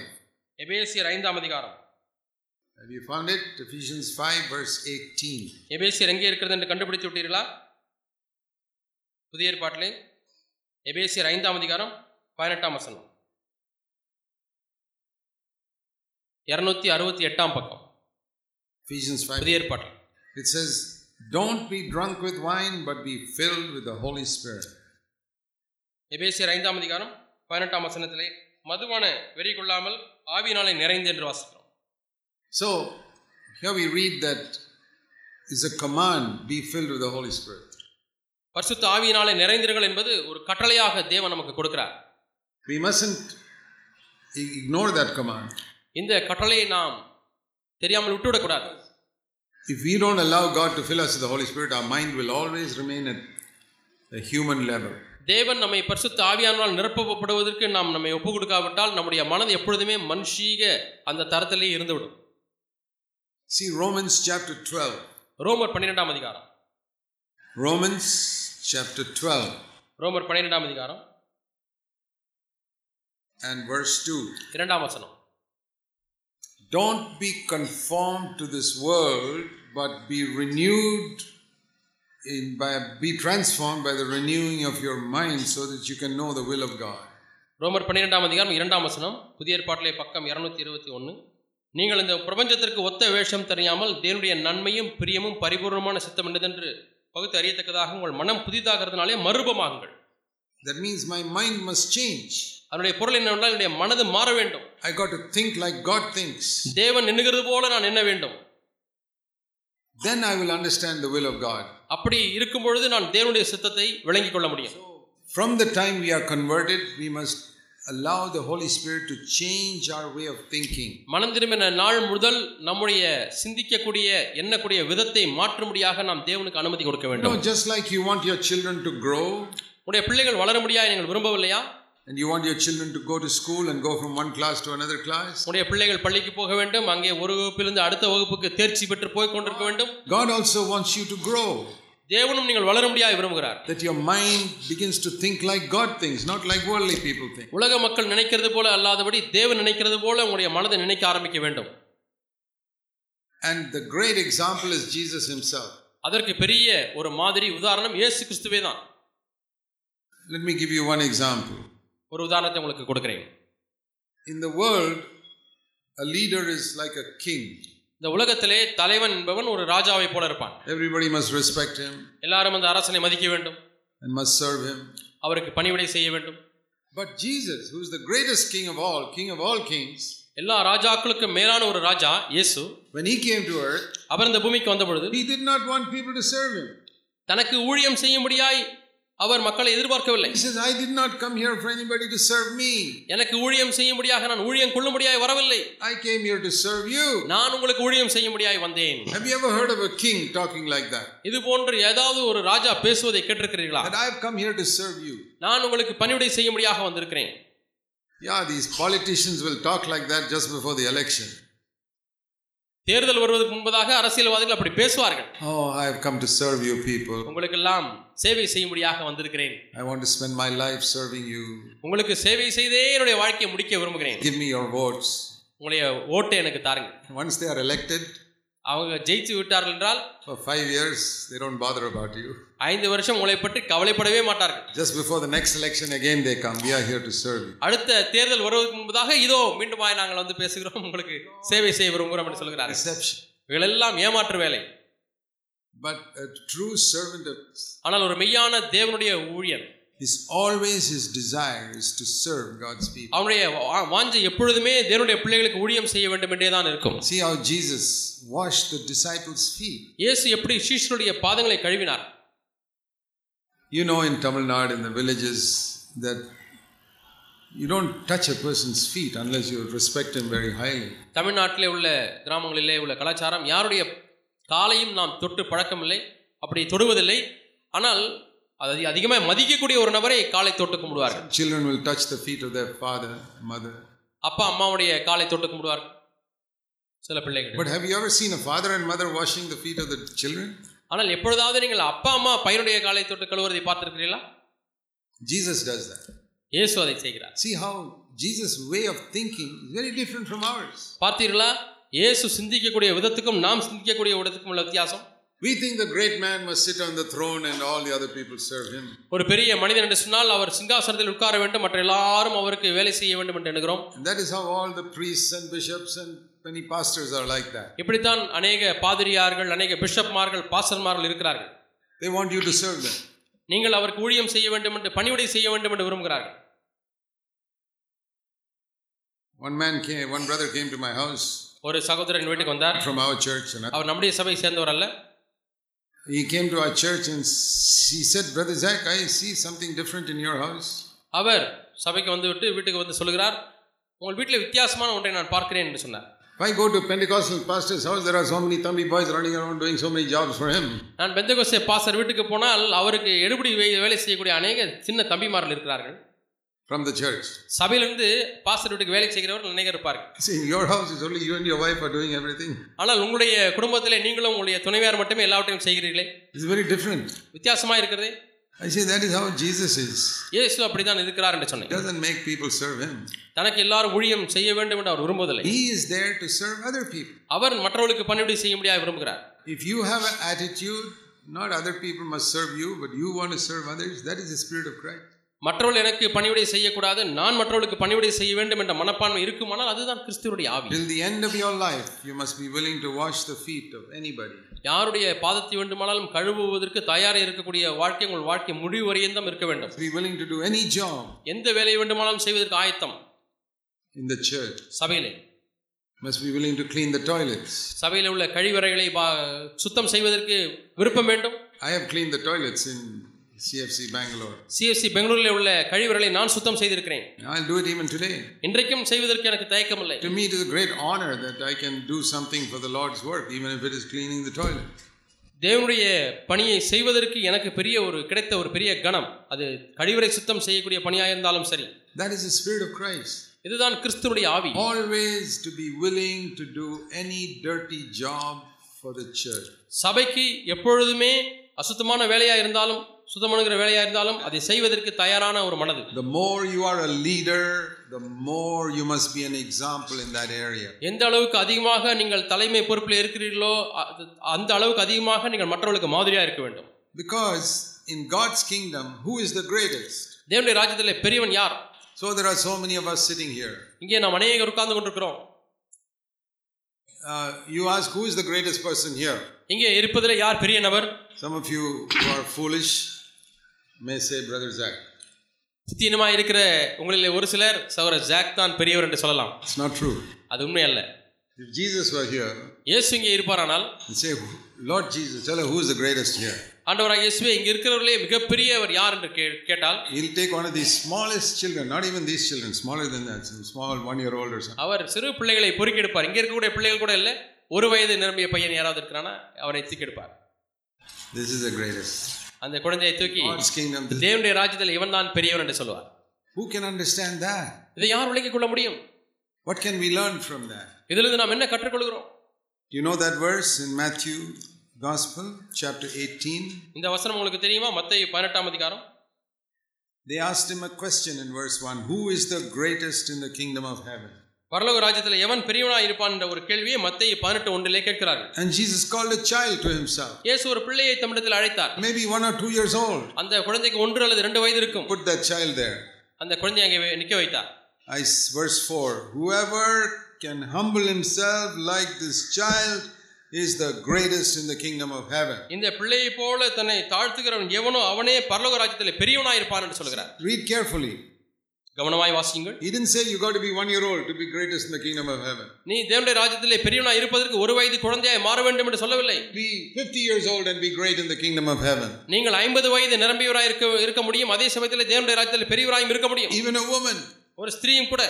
C: எபேசியர் ஐந்தாம் அதிகாரம்
B: Have you found it? Ephesians 5, verse 18.
C: எபேசியர் எங்கே இருக்கிறது என்று கண்டுபிடித்து விட்டீர்களா புதிய ஏற்பாட்டிலே எபேசியர் ஐந்தாம் அதிகாரம் பதினெட்டாம் வசனம் இருநூத்தி அறுபத்தி எட்டாம் பக்கம்
B: Ephesians 5.
C: புதிய ஏற்பாட்டில்
B: It says, Don't be drunk with wine, but be filled with the Holy Spirit.
C: எபேசியர் ஐந்தாம் அதிகாரம் பதினெட்டாம் வசனத்திலே மதுவான வெறி கொள்ளாமல் ஆவியினாலே நிறைந்து என்று வாசிக்கிறோம்
B: So, here we read that is a command be filled with the Holy Spirit.
C: பரிசுத்த ஆவியினாலே நிறைந்தீர்கள் என்பது ஒரு கட்டளையாக தேவன் நமக்கு கொடுக்கிறார்
B: We mustn't ignore that command.
C: இந்த கட்டளையை நாம் தெரியாமல் விட்டுவிடக்கூடாது
B: If we don't allow God to fill us with the Holy Spirit, our mind will always remain at the human level.
C: தேவன் நம்மை பரிசுத்த ஆவியானால் நிரப்பப்படுவதற்கு நாம் நம்மை ஒப்பு கொடுக்காவிட்டால் நம்முடைய மனது எப்பொழுதுமே மனுஷீக அந்த தரத்திலே இருந்துவிடும்
B: See Romans chapter 12.
C: ரோமர் பன்னிரெண்டாம் அதிகாரம்
B: Romans chapter 12.
C: ரோமர் பன்னிரெண்டாம் அதிகாரம்
B: and verse 2
C: இரண்டாம் வசனம்
B: don't be conformed to this world but be renewed in by be transformed by the renewing of your mind so that you can know the will of god
C: ரோமர் பன்னிரெண்டாம் அதிகாரம் இரண்டாம் வசனம் புதிய ஏற்பாட்டிலே பக்கம் இருநூத்தி இருபத்தி ஒன்று நீங்கள் இந்த பிரபஞ்சத்திற்கு ஒத்த வேஷம் தெரியாமல் தேவனுடைய நன்மையும் பிரியமும் பரிபூர்ணமான சித்தம் என்றதென்று பகுத்து அறியத்தக்கதாக உங்கள் மனம் புதிதாகிறதுனாலே மறுபமாகுங்கள்
B: that means my mind must change
C: அதனுடைய பொருள் என்னவென்றால் என்னுடைய மனது மாற வேண்டும்
B: i got to think like god thinks
C: தேவன் எண்ணுகிறது போல நான் எண்ண வேண்டும்
B: then i will understand the will of god
C: அப்படி இருக்கும் பொழுது நான் தேவனுடைய சித்தத்தை விளங்கிக் கொள்ள முடியும்
B: from the time we are converted we must allow the holy spirit to change our way of thinking
C: மனம் திரும்பின நாள் முதல் நம்முடைய சிந்திக்கக்கூடிய எண்ணக்கூடிய விதத்தை மாற்றும்படியாக நாம் தேவனுக்கு அனுமதி கொடுக்க
B: you know
C: வேண்டும்
B: just like you want your children to grow
C: உடைய பிள்ளைகள் வளரும்படியாக நீங்கள் விரும்பவில்லையா
B: and you want your children to go to school and go from one class to another class.
C: உங்களுடைய பிள்ளைகள் பள்ளிக்கு போக வேண்டும் அங்கே ஒரு வகுப்பிலிருந்து அடுத்த வகுப்புக்கு தேர்ச்சி பெற்று போய் கொண்டிருக்க வேண்டும்
B: God also wants you to grow,
C: தேவனும் நீங்கள் வளர முடியாது விரும்புகிறார்
B: that your mind begins to think like God thinks, not like worldly people think.
C: உலக மக்கள் நினைக்கிறது போல அல்லாதபடி தேவன் நினைக்கிறது போல உங்களுடைய மனதை நினைக்க ஆரம்பிக்க வேண்டும்
B: And the great example is Jesus himself.
C: அதற்கு பெரிய ஒரு மாதிரி உதாரணம் இயேசு கிறிஸ்துவே தான்
B: Let me give you one example.
C: ஒரு உதாரணத்தை உங்களுக்கு கொடுக்கிறேன்
B: In the world, a leader is like a king.
C: இந்த உலகத்திலே தலைவன் என்பவன் ஒரு ராஜாவை போல இருப்பான்
B: Everybody must respect him
C: எல்லாரும் அந்த அரசனை மதிக்க வேண்டும்
B: and must serve him.
C: அவருக்கு பணிவிடை செய்ய வேண்டும்
B: But Jesus, who is the greatest king of all, king of all kings,
C: எல்லா ராஜாக்களுக்கும் மேலான ஒரு ராஜா இயேசு
B: when he came to earth,
C: அவர் இந்த பூமிக்கு வந்த பொழுது
B: he did not want people to serve him.
C: தனக்கு ஊழியம் செய்யும்படியாய் அவர் மக்களை எதிர்பார்க்கவில்லை
B: He says, I did not come here for anybody to serve me.
C: எனக்கு ஊழியம் செய்யும்படியாக நான் ஊழியம் கொள்ளும்படியாய் வரவில்லை
B: I came here to serve you.
C: நான் உங்களுக்கு ஊழியம் செய்யும்படியாய் வந்தேன்
B: Have you ever heard of a king talking like that?
C: இது போன்று ஏதாவது ஒரு ராஜா பேசுவதை கேட்டிருக்கிறீர்களா
B: That I have come here to serve you.
C: நான் உங்களுக்கு பணிவிடை செய்யும்படியாக வந்திருக்கிறேன்
B: Yeah, these politicians will talk like that just before the election.
C: தேர்தல் வருவதற்கு முன்பதாக அரசியல்வாதிகள் அப்படி பேசுவார்கள்
B: Oh, I have come to serve you people.
C: உங்களுக்கெல்லாம் சேவை செய்யும்படியாக வந்திருக்கிறேன்
B: I want to spend my life serving you.
C: உங்களுக்கு சேவை செய்தே என்னுடைய வாழ்க்கையை முடிக்க விரும்புகிறேன்
B: Give me your votes.
C: உங்களுடைய ஓட்டை எனக்கு தாருங்க
B: Once they are elected
C: அவங்க ஜெயித்து விட்டார்கள் என்றால்
B: for five years, they don't bother about you.
C: ஐந்து வருஷம் உங்களை பற்றி கவலைப்படவே மாட்டார்கள்
B: Just before the next election, again they come. We are here to serve you.
C: அடுத்த தேர்தல் வருவதற்கு முன்பதாக இதோ மீண்டும் நாங்கள் வந்து பேசுகிறோம் உங்களுக்கு சேவை செய்ய விரும்புகிறோம் என்று சொல்கிறார்கள்
B: Deception.
C: இவைகளெல்லாம் ஏமாற்று வேலை
B: But a true servant of
C: ஆனால் ஒரு மெய்யான தேவனுடைய ஊழியன்
B: is always his desire is to serve God's people.
C: அவனுடைய வா- வாஞ்சை எப்பொழுதுமே தேவனுடைய பிள்ளைகளுக்கு ஊழியம் செய்ய வேண்டும் என்றே தான் இருக்கும்
B: See how Jesus washed the disciples' feet.
C: இயேசு எப்படி சீஷருடைய பாதங்களை கழுவினார்
B: You know, in Tamil Nadu, in the villages, that you don't touch a person's feet unless you respect him very highly.
C: தமிழ்நாட்டிலே உள்ள கிராமங்களிலே உள்ள கலாச்சாரம் யாருடைய காலையும் நாம் தொட்டு பழக்கமில்லை அப்படி தொடுவதில்லை ஆனால் அது அதிகமாக மதிக்கக்கூடிய ஒரு நபரை காலை தொட்டு கும்பிடுவார்கள்
B: Children will touch the feet of their father, mother.
C: அப்பா அம்மாவுடைய காலை தொட்டு கும்பிடுவார்கள் சில பிள்ளைகள்
B: But have you ever seen a father and mother washing the feet of the children?
C: ஆனால் எப்பொழுதாவது நீங்கள் அப்பா அம்மா பையனுடைய காலை தொட்டு கழுவுவதை பார்த்திருக்கிறீர்களா
B: Jesus does that.
C: இயேசு அதை செய்கிறார்
B: See how Jesus' way of thinking is very different from ours.
C: பார்த்தீர்களா இயேசு சிந்திக்கக்கூடிய விதத்துக்கும் நாம் சிந்திக்கக்கூடிய விதத்துக்கும் உள்ள வித்தியாசம்
B: We think the great man must sit on the throne and all the other people serve him.
C: ஒரு பெரிய மனிதன் என்று சொன்னால் அவர் சிங்காசனத்தில் உட்கார வேண்டும் மற்ற எல்லாரும் அவருக்கு வேலை செய்ய வேண்டும் என்று எண்ணுகிறோம்
B: And that is how all the priests and bishops and many pastors are like that.
C: இப்படித்தான் அநேக பாதிரியார்கள் அநேக பிஷப்மார்கள் பாசர்மார்கள் இருக்கிறார்கள்
B: They want you to serve them.
C: நீங்கள் அவருக்கு ஊழியம் செய்ய வேண்டும் என்று பணிவிடை செய்ய வேண்டும் என்று விரும்புகிறார்கள்
B: One man came, one brother came to my house
C: ஒரு சகோதரன் வீட்டுக்கு வந்தார்
B: from our church. And I-
C: அவர் நம்முடைய சபை சேர்ந்தவர் அல்ல
B: he came to our church and s- he said, Brother Zach, I see something different in your house.
C: அவர் சபைக்கு வந்துவிட்டு வீட்டுக்கு வந்து சொல்கிறார் உங்கள் வீட்டில் வித்தியாசமான ஒன்றை நான் பார்க்கிறேன் என்று சொன்னார்
B: If I go to Pentecostal pastor's house, there are so many Tamil boys running around doing so many jobs for him.
C: நான் பெந்தகோசே பாசர் வீட்டுக்கு போனால் அவருக்கு எடுபடி வே- வேலை செய்யக்கூடிய அநேக சின்ன தம்பிமார்கள் இருக்கிறார்கள்
B: from the church.
C: சபையிலிருந்து பாஸ்டர் வீட்டுக்கு வேலை செய்கிறவர்கள் நினைக்க இருப்பார்கள்
B: See, in your house, it's only you and your wife are doing everything.
C: ஆனால் உங்களுடைய குடும்பத்திலே நீங்களும் உங்களுடைய துணைவியார் மட்டுமே எல்லாவற்றையும் செய்கிறீர்களே
B: It's very different.
C: வித்தியாசமாக இருக்கிறது
B: I say that is how Jesus is.
C: இயேசு அப்படித்தான் இருக்கிறார் என்று சொன்னேன்
B: He doesn't make people serve him.
C: தனக்கு எல்லாரும் ஊழியம் செய்ய வேண்டும் என்று அவர் விரும்புவதில்லை
B: He is there to serve other people.
C: அவர் மற்றவர்களுக்கு பணிவிடை செய்ய முடியாது விரும்புகிறார்
B: If you have an attitude, not other people must serve you, but you want to serve others, that is the Spirit of Christ.
C: மற்றவர்கள் எனக்கு பணிவிடை செய்யக்கூடாது நான் மற்றவர்களுக்கு பணிவிடை செய்ய வேண்டும் என்ற மனப்பான்மை இருக்குமானால் அதுதான் கிறிஸ்துவனுடைய ஆவி
B: Till the end of your life, you must be willing to wash the feet of anybody.
C: யாருடைய பாதத்தை வேண்டுமானாலும் கழுவுவதற்கு தயாராக இருக்கக்கூடிய வாழ்க்கை உங்கள் வாழ்க்கை முடிவு வரையும் தான் இருக்க வேண்டும்
B: Be willing to do any job
C: எந்த வேலையை வேண்டுமானாலும் செய்வதற்கு ஆயத்தம்
B: in the church.
C: சபையிலே
B: Must be willing to clean the toilets.
C: சபையில் உள்ள கழிவறைகளை பா- சுத்தம் செய்வதற்கு விருப்பம் வேண்டும்
B: I have cleaned the toilets in CFC Bangalore.
C: CFC பெங்களூரில் உள்ள கழிவறைகளை நான் சுத்தம் செய்திருக்கிறேன்
B: I'll do it even today.
C: இன்றைக்கும் செய்வதற்கு எனக்கு தயக்கமில்லை
B: To me, it is a great honor that I can do something for the Lord's work, even if it is cleaning the toilet.
C: தேவனுடைய பணியை செய்வதற்கு எனக்கு பெரிய ஒரு கிடைத்த ஒரு பெரிய கணம் அது கழிவறை சுத்தம் செய்யக்கூடிய பணியாக இருந்தாலும் சரி
B: That is the Spirit of Christ.
C: இதுதான் கிறிஸ்துவனுடைய ஆவி
B: Always to be willing to do any dirty job for the church.
C: சபைக்கு எப்பொழுதுமே அசுத்தமான வேலையா இருந்தாலும் சுத்தமானுங்கிற வேலையா இருந்தாலும் அதை செய்வதற்கு தயாரான ஒரு மனது
B: The more you are a leader, the more you must be an example in that area.
C: எந்த அளவுக்கு அதிகமாக நீங்கள் தலைமை பொறுப்பில் இருக்கிறீர்களோ அது- அந்த அளவுக்கு அதிகமாக நீங்கள் மற்றவர்களுக்கு மாதிரியா இருக்க வேண்டும்
B: Because in God's kingdom, who is the greatest?
C: தேவனுடைய ராஜ்யத்திலே பெரியவன் யார்
B: So there are so many of us sitting here.
C: இங்கே நாம் அநேகர் உட்கார்ந்து கொண்டிருக்கிறோம்
B: Uh, you ask, who is the greatest person here?
C: இங்கே இருப்பதிலே யார் பெரிய நபர்
B: Some of you who are foolish may say, Brother Zach.
C: புத்தினமா இருக்கிற உங்களிலே ஒரு சிலர் சகோர ஜாக் தான் பெரியவர் என்று சொல்லலாம்
B: It's not true.
C: அது உண்மை அல்ல
B: If Jesus were here
C: இயேசு இங்கே இருப்பாரானால்
B: and say, Lord Jesus, tell her who is the greatest here.
C: ஆண்டவராக இயேசுவே இங்கே இருக்கிறவர்களே மிகப்பெரியவர் யார் என்று கே கேட்டால்
B: He'll take one of these smallest children, not even these children, smaller than that, some small one year old or something.
C: அவர் சிறு பிள்ளைகளை பொறுக்கெடுப்பார் இங்கே இருக்கக்கூடிய பிள்ளைகள் கூட இல்லை ஒரு வயது நிரம்பிய பையன் யாராவது இருக்கிறானா அவனை தூக்கி எடுப்பார்
B: This is the greatest.
C: அந்த குழந்தையை தூக்கி
B: God's kingdom. this-
C: தேவனுடைய ராஜ்யத்தில் இவன் தான் பெரியவன் என்று சொல்லுவார்
B: Who can understand that?
C: இதை யார் விளங்கிக் கொள்ள முடியும்
B: What can we learn from that?
C: இதிலிருந்து நாம் என்ன கற்றுக்கொள்கிறோம்
B: Do you know that verse in Matthew Gospel, chapter 18?
C: இந்த வசனம் உங்களுக்கு தெரியுமா மத்திய பதினெட்டாம் அதிகாரம்
B: They asked him a question in verse 1 Who is the greatest in the kingdom of heaven?
C: பரலோக ராஜ்யத்தில் எவன் பெரியவனாக இருப்பான் என்ற ஒரு கேள்வியை மத்திய பதினெட்டு ஒன்றிலே கேட்கிறார்கள்
B: And Jesus called a child to himself,
C: இயேசு ஒரு பிள்ளையை தமிழத்தில் அழைத்தார்
B: maybe one or two years old.
C: அந்த குழந்தைக்கு ஒன்று அல்லது ரெண்டு வயது இருக்கும்
B: Put that child there.
C: அந்த குழந்தையை அங்கே வே- நிக்க வைத்தார்
B: I, verse 4 Whoever can humble himself like this child is the greatest in the kingdom of heaven.
C: இந்த பிள்ளையை போல தன்னை தாழ்த்துகிறவன் எவனோ அவனே பரலோக ராஜ்யத்தில் பெரியவனாக இருப்பான் என்று சொல்கிறார்
B: Read carefully.
C: கவனமாய் வாசியுங்கள்
B: He didn't say you got to be one year old to be greatest in the kingdom of heaven.
C: நீ தேவனுடைய ராஜ்யத்திலே பெரியவனாய் இருப்பதற்கு ஒரு வயது குழந்தையாய் மாற வேண்டும் என்று சொல்லவில்லை
B: Be 50 years old and be great in the kingdom of heaven.
C: நீங்கள் ஐம்பது வயது நிரம்பியவராய் இருக்க இருக்க முடியும் அதே சமயத்தில் தேவனுடைய ராஜ்யத்தில் பெரியவராயும் இருக்க முடியும்
B: Even a woman,
C: ஒரு ஸ்திரீயும் கூட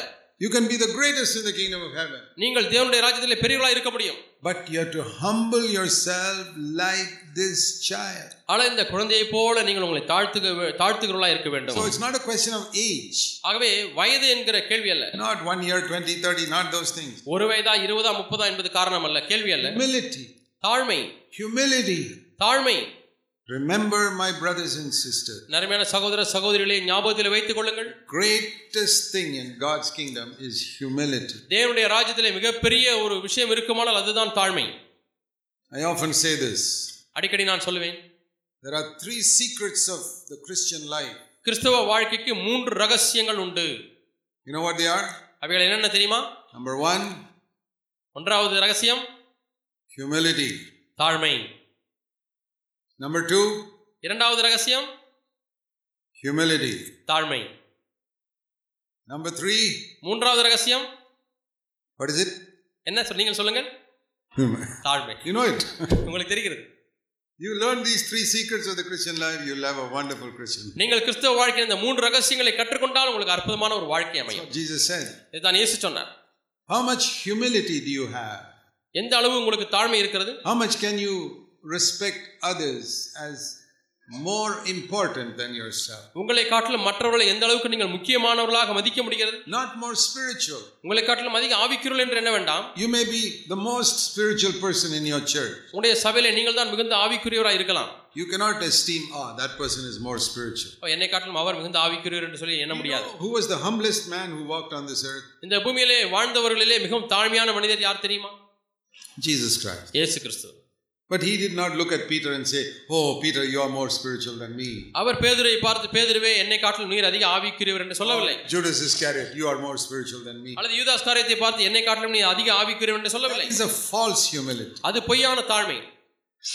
B: you can be the greatest in the kingdom of heaven.
C: நீங்கள் தேவனுடைய ராஜ்யத்திலே பெரியவராய் இருக்க முடியும்
B: But you have to humble yourself like this child.
C: ஆனால் இந்த குழந்தையை போல நீங்கள் உங்களை தாழ்த்துக தாழ்த்துகிறவர்களாக இருக்க வேண்டும்
B: So it's not a question of age,
C: ஆகவே வயது என்கிற கேள்வி அல்ல
B: not one year, 20, 30, not those things.
C: ஒரு வயதா இருபதா முப்பதா என்பது காரணம் அல்ல கேள்வி அல்ல
B: Humility.
C: தாழ்மை
B: Humility.
C: தாழ்மை
B: Remember, my brothers and sisters,
C: நறுமையான சகோதர சகோதரிகளை ஞாபகத்தில் வைத்துக் கொள்ளுங்கள்
B: greatest thing in God's kingdom is humility.
C: தேவனுடைய ராஜ்யத்திலே மிகப்பெரிய ஒரு விஷயம் இருக்குமானால் அதுதான் தாழ்மை
B: I often say this
C: அடிக்கடி நான் சொல்லுவேன்
B: there are three secrets of the Christian life.
C: கிறிஸ்தவ வாழ்க்கைக்கு மூன்று ரகசியங்கள் உண்டு
B: You know what they are?
C: அவைகள் என்னென்ன தெரியுமா
B: Number one,
C: ஒன்றாவது ரகசியம்
B: humility.
C: தாழ்மை
B: Number two,
C: இரண்டாவது ரகசியம்
B: humility.
C: தாழ்மை
B: Number three,
C: மூன்றாவது ரகசியம்
B: what is it?
C: என்ன சொல்- நீங்கள் சொல்லுங்கள்
B: Hum-
C: தாழ்மை
B: You know it. [laughs]
C: உங்களுக்கு தெரிகிறது
B: you learn these three secrets of the Christian life, you'll have a wonderful Christian.
C: நீங்கள் கிறிஸ்தவ வாழ்க்கையில் இந்த மூன்று ரகசியங்களை கற்றுக்கொண்டால் உங்களுக்கு அற்புதமான ஒரு வாழ்க்கை அமையும்
B: Jesus said,
C: இதுதான் இயேசு சொன்னார்
B: How much humility do you have?
C: எந்த அளவு உங்களுக்கு தாழ்மை இருக்கிறது
B: How much can you respect others as more important than yourself?
C: உங்களை காட்டிலும் மற்றவர்களை எந்த அளவுக்கு நீங்கள் முக்கியமானவர்களாக மதிக்க முடிகிறது
B: Not more spiritual.
C: உங்களை காட்டிலும் அதிக ஆவிக்குறள் என்று என்ன வேண்டாம்
B: You may be the most spiritual person in your church.
C: உங்களுடைய சபையிலே நீங்கள் தான் மிகுந்த ஆவிக்குரியவராக இருக்கலாம்
B: You cannot esteem, ah, that person is more spiritual.
C: அப்ப என்னை காட்டிலும் அவர் மிகுந்த ஆவிக்குரியவர் என்று சொல்லி எண்ண முடியாது
B: Who was the humblest man who walked on this earth?
C: இந்த பூமியிலே வாழ்ந்தவர்களிலே மிகவும் தாழ்மையான மனிதர் யார் தெரியுமா
B: Jesus Christ.
C: இயேசு கிறிஸ்து
B: But he did not look at Peter and say, Oh, Peter, you are more spiritual than me.
C: அவர் பேதுரை பார்த்து பேதுருவே என்னை காட்டிலும் நீர் அதிக ஆவிக்குரியவர் என்று சொல்லவில்லை
B: Judas Iscariot, you are more spiritual than me.
C: அல்லது யூதாஸ் காரியத்தை பார்த்து என்னை காட்டிலும் நீ அதிக ஆவிக்குரியவர் என்று சொல்லவில்லை
B: That is a false humility.
C: அது பொய்யான தாழ்மை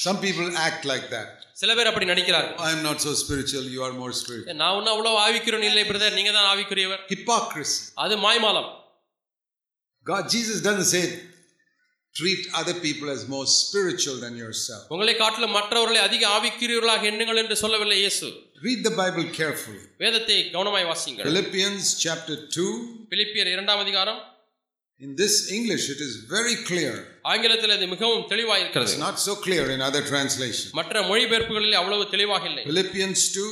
B: Some people act like that.
C: சில பேர் அப்படி நடிக்கிறார்கள்
B: I am not so spiritual, you are more spiritual.
C: நான் ஒன்றும் அவ்வளோ ஆவிக்குரியவன் இல்லை பிரதர் நீங்க தான் ஆவிக்குரியவர்
B: Hypocrisy.
C: அது மாய்மாலம்
B: God, Jesus doesn't say, treat other people as more spiritual than yourself.
C: உங்களை காட்டிலும் மற்றவர்களை அதிக ஆவிக்குரியவர்களாக எண்ணுங்கள் என்று சொல்லவில்லை இயேசு
B: Read the Bible carefully.
C: வேதத்தை கவனமாய் வாசியுங்கள்
B: Philippians chapter 2.
C: பிலிப்பியர் இரண்டாம் அதிகாரம்
B: In this English, it is very clear.
C: ஆங்கிலத்தில் அது மிகவும் தெளிவாக இருக்கிறது
B: It's not so clear in other translations.
C: மற்ற மொழிபெயர்ப்புகளில் அவ்வளவு தெளிவாக இல்லை
B: Philippians 2,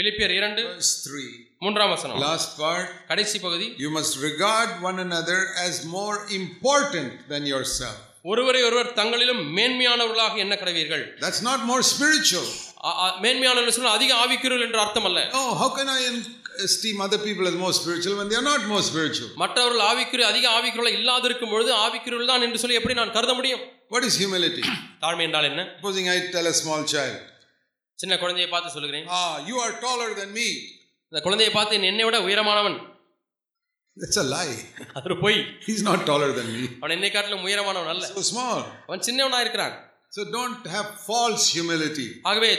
C: பிலிப்பியர் இரண்டு
B: verse 3.
C: மூன்றாம் வசனம்
B: Last part
C: கடைசி பகுதி
B: you must regard one another as more important than yourself.
C: ஒருவரை ஒருவர் தங்களிலும் மேன்மையானவர்களாக என்ன கடவீர்கள்
B: That's not more spiritual.
C: ஆ- ஆ- மேன்மையானவர்கள் சொன்னால் அதிக ஆவிக்கிறவர்கள் என்ற அர்த்தம் அல்ல
B: Oh, how can I esteem other people as more spiritual when they are not more spiritual?
C: மற்றவர்கள் ஆவிக்குரிய அதிக ஆவிக்குரிய இல்லாது இருக்கும் பொழுது ஆவிக்குரியவர்கள் தான் என்று சொல்லி எப்படி நான் கருத முடியும்
B: What is humility? [clears throat]
C: தாழ்மை என்றால் என்ன
B: Supposing I tell a small child,
C: சின்ன குழந்தையை பார்த்து சொல்கிறேன்
B: Ah, you are taller than me.
C: அந்த குழந்தையை பார்த்து "நீ என்னை விட உயரமானவன்
B: That's a lie. [laughs]
C: அது ஒரு பொய்
B: He's not taller than me.
C: அவன் என்னை காட்டிலும் உயரமானவன் அல்ல
B: So small.
C: அவன் சின்னவனா இருக்கிறான்
B: So don't have false humility.
C: ஆகவே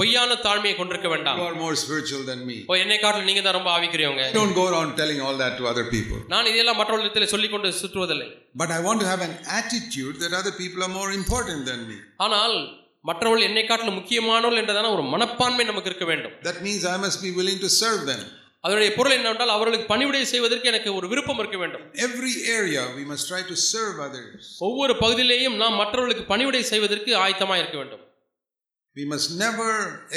C: பொய்யான தாழ்மையை கொண்டிருக்க வேண்டாம்
B: You are more spiritual than me.
C: இப்போ என்னை காட்டிலும் நீங்க தான் ரொம்ப ஆவிக்கிறவங்க
B: Don't go around telling all that to other people.
C: நான் இதையெல்லாம் மற்றவர்களிடத்தில் சொல்லிக் கொண்டு சுற்றுவதில்லை
B: But I want to have an attitude that other people are more important than me.
C: ஆனால் மற்றவர்கள் என்னை காட்டிலும் முக்கியமானவர்கள் என்றதான ஒரு மனப்பான்மை நமக்கு இருக்க வேண்டும்
B: That means I must be willing to serve them.
C: அதனுடைய பொருள் என்னவென்றால் அவர்களுக்கு பணிவிடை செய்வதற்கு எனக்கு ஒரு விருப்பம் இருக்க வேண்டும்
B: Every area we must try to serve others.
C: ஒவ்வொரு பகுதியிலேயும் நாம் மற்றவர்களுக்கு பணிவிடை செய்வதற்கு ஆயத்தமாக இருக்க வேண்டும்
B: We must never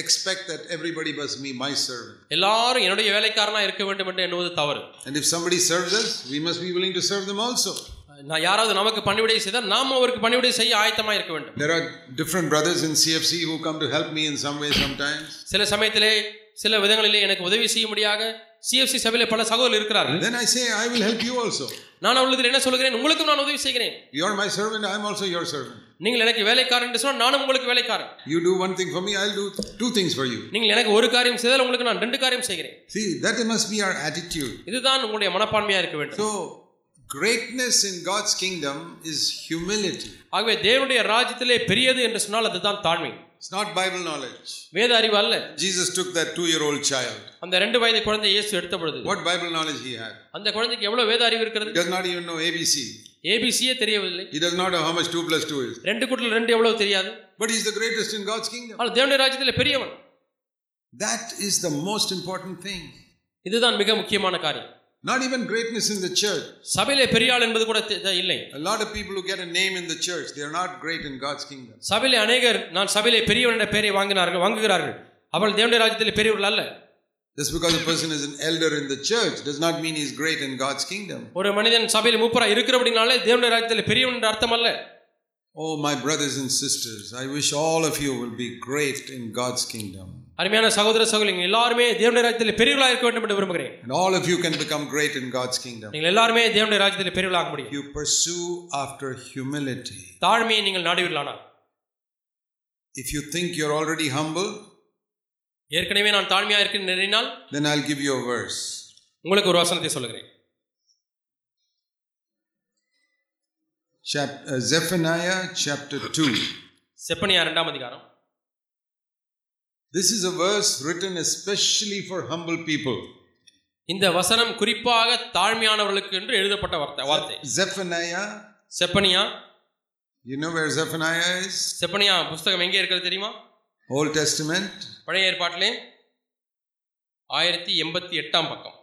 B: expect that everybody must be my servant.
C: எல்லாரும் என்னுடைய வேலைக்காரனா இருக்க வேண்டும் என்று எண்ணுவது தவறு
B: And if somebody serves us, we must be willing to serve them also.
C: நான் யாராவது நமக்கு பணிவிடை செய்தால் நாம் அவருக்கு பணிவிடை செய்ய ஆயத்தமாக இருக்க வேண்டும்
B: There are different brothers in CFC who come to help me in some way sometimes.
C: சில சமயத்திலே சில விதங்களிலே எனக்கு உதவி செய்ய முடியாக சிஎஃப்சி சபையிலே பல சகோதரர் இருக்கிறார்கள்
B: Then I say, I will help you also.
C: நான் அவர்களுக்கு என்ன சொல்கிறேன் உங்களுக்கும் நான் உதவி செய்கிறேன்
B: You are my servant, I am also your servant.
C: நீங்கள் எனக்கு வேலைக்காரன் என்று சொன்னால் நானும் உங்களுக்கு வேலைக்காரன்
B: You do one thing for me, I'll do two things for you.
C: நீங்கள் எனக்கு ஒரு காரியம் செய்தால் உங்களுக்கு நான் ரெண்டு காரியம் செய்கிறேன்
B: See, that must be our attitude.
C: இதுதான் உங்களுடைய மனப்பான்மையாக இருக்க வேண்டும்
B: So, greatness in God's kingdom is humility.
C: ஆகவே தேவனுடைய ராஜ்யத்திலே பெரியது என்று சொன்னால் அதுதான் தாழ்மை
B: It's not Bible knowledge.
C: வேத அறிவு அல்ல
B: Jesus took that two year old child.
C: அந்த ரெண்டு வயது குழந்தை இயேசு எடுத்த பொழுது
B: What Bible knowledge he had?
C: அந்த குழந்தைக்கு எவ்வளவு வேத அறிவு இருக்கிறது
B: He does not even know ABC.
C: ஏபிசியே தெரியவில்லை
B: He does not know how much 2 plus 2 is.
C: ரெண்டு கூட்டில் ரெண்டு எவ்வளவு தெரியாது
B: But he's the greatest in God's kingdom.
C: ஆனால் தேவனுடைய ராஜ்யத்திலே பெரியவன்
B: That is the most important thing.
C: இதுதான் மிக முக்கியமான காரியம்
B: Not even greatness in the church.
C: சபையிலே பெரியாள் என்பது கூட தெ- தெ- இல்லை
B: A lot of people who get a name in the church, they are not great in God's kingdom.
C: சபையிலே அநேகர் நான் சபையிலே பெரியவன் என்ற பெயரை வாங்கினார்கள் வாங்குகிறார்கள் அவள் தேவனுடைய ராஜ்யத்திலே பெரியவர்கள் அல்ல
B: Just because a person is an elder in the church does not mean he's great in God's kingdom.
C: ஒரு மனிதன் சபையில் மூப்பரா இருக்கிறபடினாலே தேவனுடைய ராஜ்யத்தில் பெரியவன் என்ற அர்த்தம் அல்ல
B: Oh, my brothers and sisters, I wish all of you will be great in God's kingdom.
C: அருமையான சகோதர சகோதரிகள் எல்லாருமே தேவனுடைய ராஜ்யத்தில் பெரியவர்களாக இருக்க வேண்டும் என்று விரும்புகிறேன்
B: And all of you can become great in God's kingdom.
C: நீங்கள் எல்லாருமே தேவனுடைய ராஜ்யத்தில் பெரியவர்களாக முடியும்
B: You pursue after humility.
C: தாழ்மையை நீங்கள் நாடுவீர்களானால்
B: If you think you're already humble,
C: ஏற்கனவே நான் தாழ்மையாக இருக்கேன் நினைனால்
B: then I'll give you a verse.
C: உங்களுக்கு ஒரு வசனத்தை சொல்லுகிறேன்
B: Chap- uh, Zephaniah chapter 2.
C: Zephaniah இரண்டாம் அதிகாரம்
B: This is a verse written especially for humble people.
C: இந்த வசனம் குறிப்பாக தாழ்மையானவர்களுக்கு என்று எழுதப்பட்ட வார்த்தை வார்த்தை
B: Zephaniah,
C: Zephaniah
B: you know where Zephaniah is?
C: Zephaniah புஸ்தகம் எங்கே இருக்கிறது தெரியுமா
B: Old Testament.
C: பழைய ஏற்பாட்டிலே ஆயிரத்தி எண்பத்தி எட்டாம் பக்கம்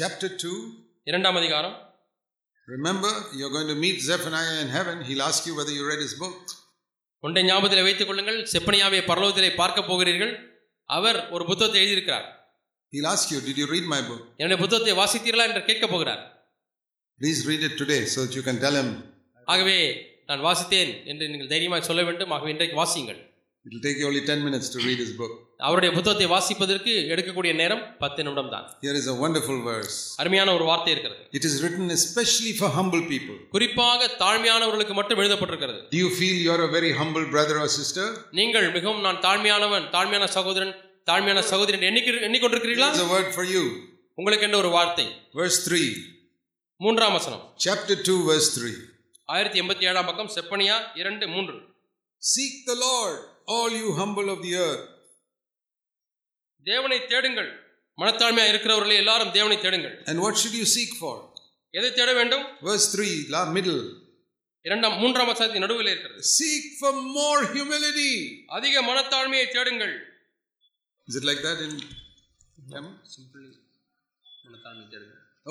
B: Chapter 2.
C: இரண்டாம் அதிகாரம்
B: Remember, you're going to meet Zephaniah in heaven. He'll ask you whether you read his book.
C: ஒன்றை ஞாபகத்தில் வைத்துக் கொள்ளுங்கள் செப்பனியாவை பரலோகத்திலே பார்க்க போகிறீர்கள் அவர் ஒரு புத்தகத்தை எழுதியிருக்கிறார்
B: He'll ask you, Did you read my book?
C: என்னுடைய புத்தகத்தை வாசித்தீர்களா என்று கேட்கப் போகிறார்
B: Please read it today so that you can tell him.
C: ஆகவே நான் வாசித்தேன் என்று நீங்கள் தைரியமாக சொல்ல வேண்டும் ஆகவே இன்றைக்கு வாசியுங்கள்
B: It'll take you only 10 minutes to read his book.
C: அவருடைய புத்தகத்தை வாசிப்பதற்கு எடுக்கக்கூடிய நேரம் பத்து நிமிடம் தான்
B: Here is a wonderful verse.
C: அருமையான ஒரு வார்த்தை இருக்கிறது
B: It is written especially for humble people.
C: குறிப்பாக தாழ்மையானவர்களுக்கு மட்டும் எழுதப்பட்டிருக்கிறது
B: Do you feel you're a very humble brother or sister?
C: நீங்கள் மிகவும் நான் தாழ்மையானவன் தாழ்மையான சகோதரன் தாழ்மையான சகோதரி என்று எண்ணிக்கை- எண்ணிக்கொண்டிருக்கிறீர்களா
B: Here's a word for you.
C: உங்களுக்கு என்ற ஒரு வார்த்தை
B: Verse 3.
C: மூன்றாம் வசனம்
B: Chapter 2, verse 3.
C: ஆயிரத்தி எண்பத்தி ஏழாம் பக்கம் செப்பனியா இரண்டு மூன்று
B: Seek the Lord, all you humble of the earth.
C: தேவனை தேடுங்கள் மனத்தாழ்மையா இருக்கிறவர்களே எல்லாரும் தேவனை தேடுங்கள்
B: And what should you seek for?
C: எதை தேட வேண்டும்
B: Verse 3, la middle.
C: இரண்டாம் மூன்றாம் வசனத்தின் நடுவில் இருக்கிறது
B: Seek for more humility.
C: அதிக மனத்தாழ்மையை தேடுங்கள்
B: Is it like that in Tamil?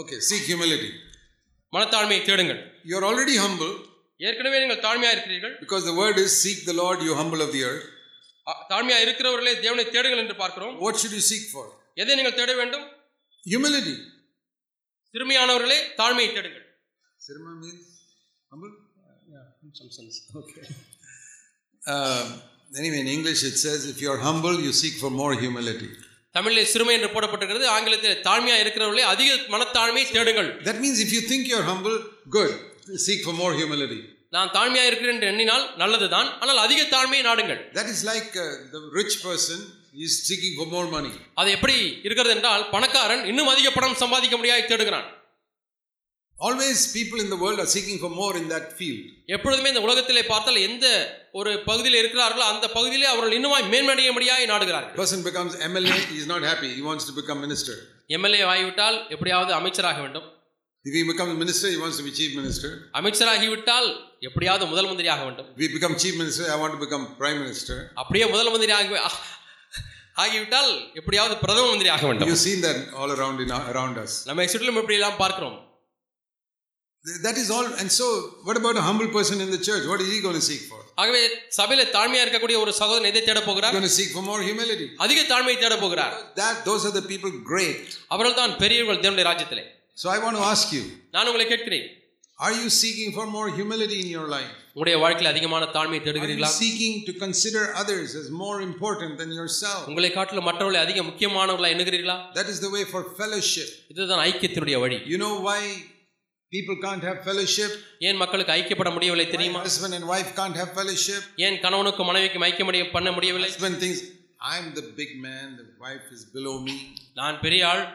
B: Okay, seek humility.
C: மனத்தாழ்மையை தேடுங்கள்
B: You're already humble
C: ஏற்கனவே நீங்கள் தாழ்மையா இருக்கிறீர்கள்
B: because the word is seek the Lord, you humble of the earth.
C: தாழ்மையா இருக்கிறவர்களே தேவனை தேடுங்கள் என்று பார்க்கிறோம்
B: What should you seek for?
C: எதை நீங்கள் தேட வேண்டும்
B: Humility.
C: சிறுமையானவர்களே தாழ்மையை தேடுங்கள்
B: Sirma means humble. [laughs]
C: Okay.
B: Uh, anyway, in English it says, if you are humble, you seek for more humility.
C: தமிழில் சிறுமை என்று போடப்பட்டிருக்கிறது ஆங்கிலத்தில் தாழ்மையா இருக்கிறவர்களே அதிக மனத்தாழ்மையை தேடுங்கள்
B: That means if you think you're humble, good. Seek for more humility.
C: நான் தாழ்மையா இருக்கிறேன் என்று எண்ணினால் நல்லதுதான் ஆனால் அதிக தாழ்மையை நாடுங்கள்
B: That is like uh, the rich person is seeking for more money.
C: அது எப்படி இருக்கிறது என்றால் பணக்காரன் இன்னும் அதிக பணம் சம்பாதிக்க முடியாது தேடுகிறான்
B: Always people in the world are seeking for more in that field.
C: எப்பொழுதுமே இந்த உலகத்திலே பார்த்தால் எந்த ஒரு பகுதியில் இருக்கிறார்களோ அந்த பகுதியிலே அவர்கள் இன்னுமாய் மேன்மடைய முடியாய் நாடுகிறார்கள்
B: Person becomes MLA, he's not happy. He wants to become minister.
C: MLA ஆகிவிட்டால் எப்படியாவது அமைச்சராக வேண்டும்
B: If he becomes minister, he wants to be chief minister.
C: அமைச்சராகிவிட்டால் எப்படியாவது முதல் மந்திரியாக வேண்டும்
B: If he becomes chief minister, I want to become prime minister.
C: அப்படியே முதல் மந்திரி ஆகி ஆ- ஆகிவிட்டால் எப்படியாவது பிரதம மந்திரி ஆக வேண்டும்
B: You've seen that all around in our, around us.
C: நம்ம சுற்றிலும் இப்படி எல்லாம் பார்க்கிறோம்
B: Th- That is all. And so, what about a humble person in the church? What is he going to seek for?
C: ஆகவே சபையில தாழ்மையா இருக்கக்கூடிய ஒரு சகோதரன் எதை தேட
B: He's
C: போகிறார்
B: going to seek for more humility.
C: அதிக தாழ்மையை தேட போகிறார்
B: That those are the people great.
C: அவர்கள் தான் பெரியவர்கள் தேவனுடைய ராஜ்யத்திலே
B: So I want to ask you:
C: நான் உங்களை கேட்கிறேன்
B: Are you seeking for more humility in your life?
C: உங்களுடைய வாழ்க்கையில் அதிகமான தாழ்மையை
B: Are you
C: தேடுகிறீர்களா
B: seeking to consider others as more important than yourself?
C: உங்களை காட்டிலும் மற்றவர்களை அதிக முக்கியமானவர்களா எண்ணுகிறீர்களா
B: That is the way for fellowship.
C: இதுதான் ஐக்கியத்தினுடைய வழி
B: You know why people can't have fellowship?
C: ஏன் மக்களுக்கு ஐக்கியப்பட முடியவில்லை தெரியுமா
B: Husband and wife can't have fellowship.
C: ஏன் கணவனுக்கும் மனைவிக்கும் ஐக்கியம் அடைய- பண்ண முடியவில்லை
B: Husband thinks, I'm the big man, the wife is below me.
C: நான் பெரிய ஆள்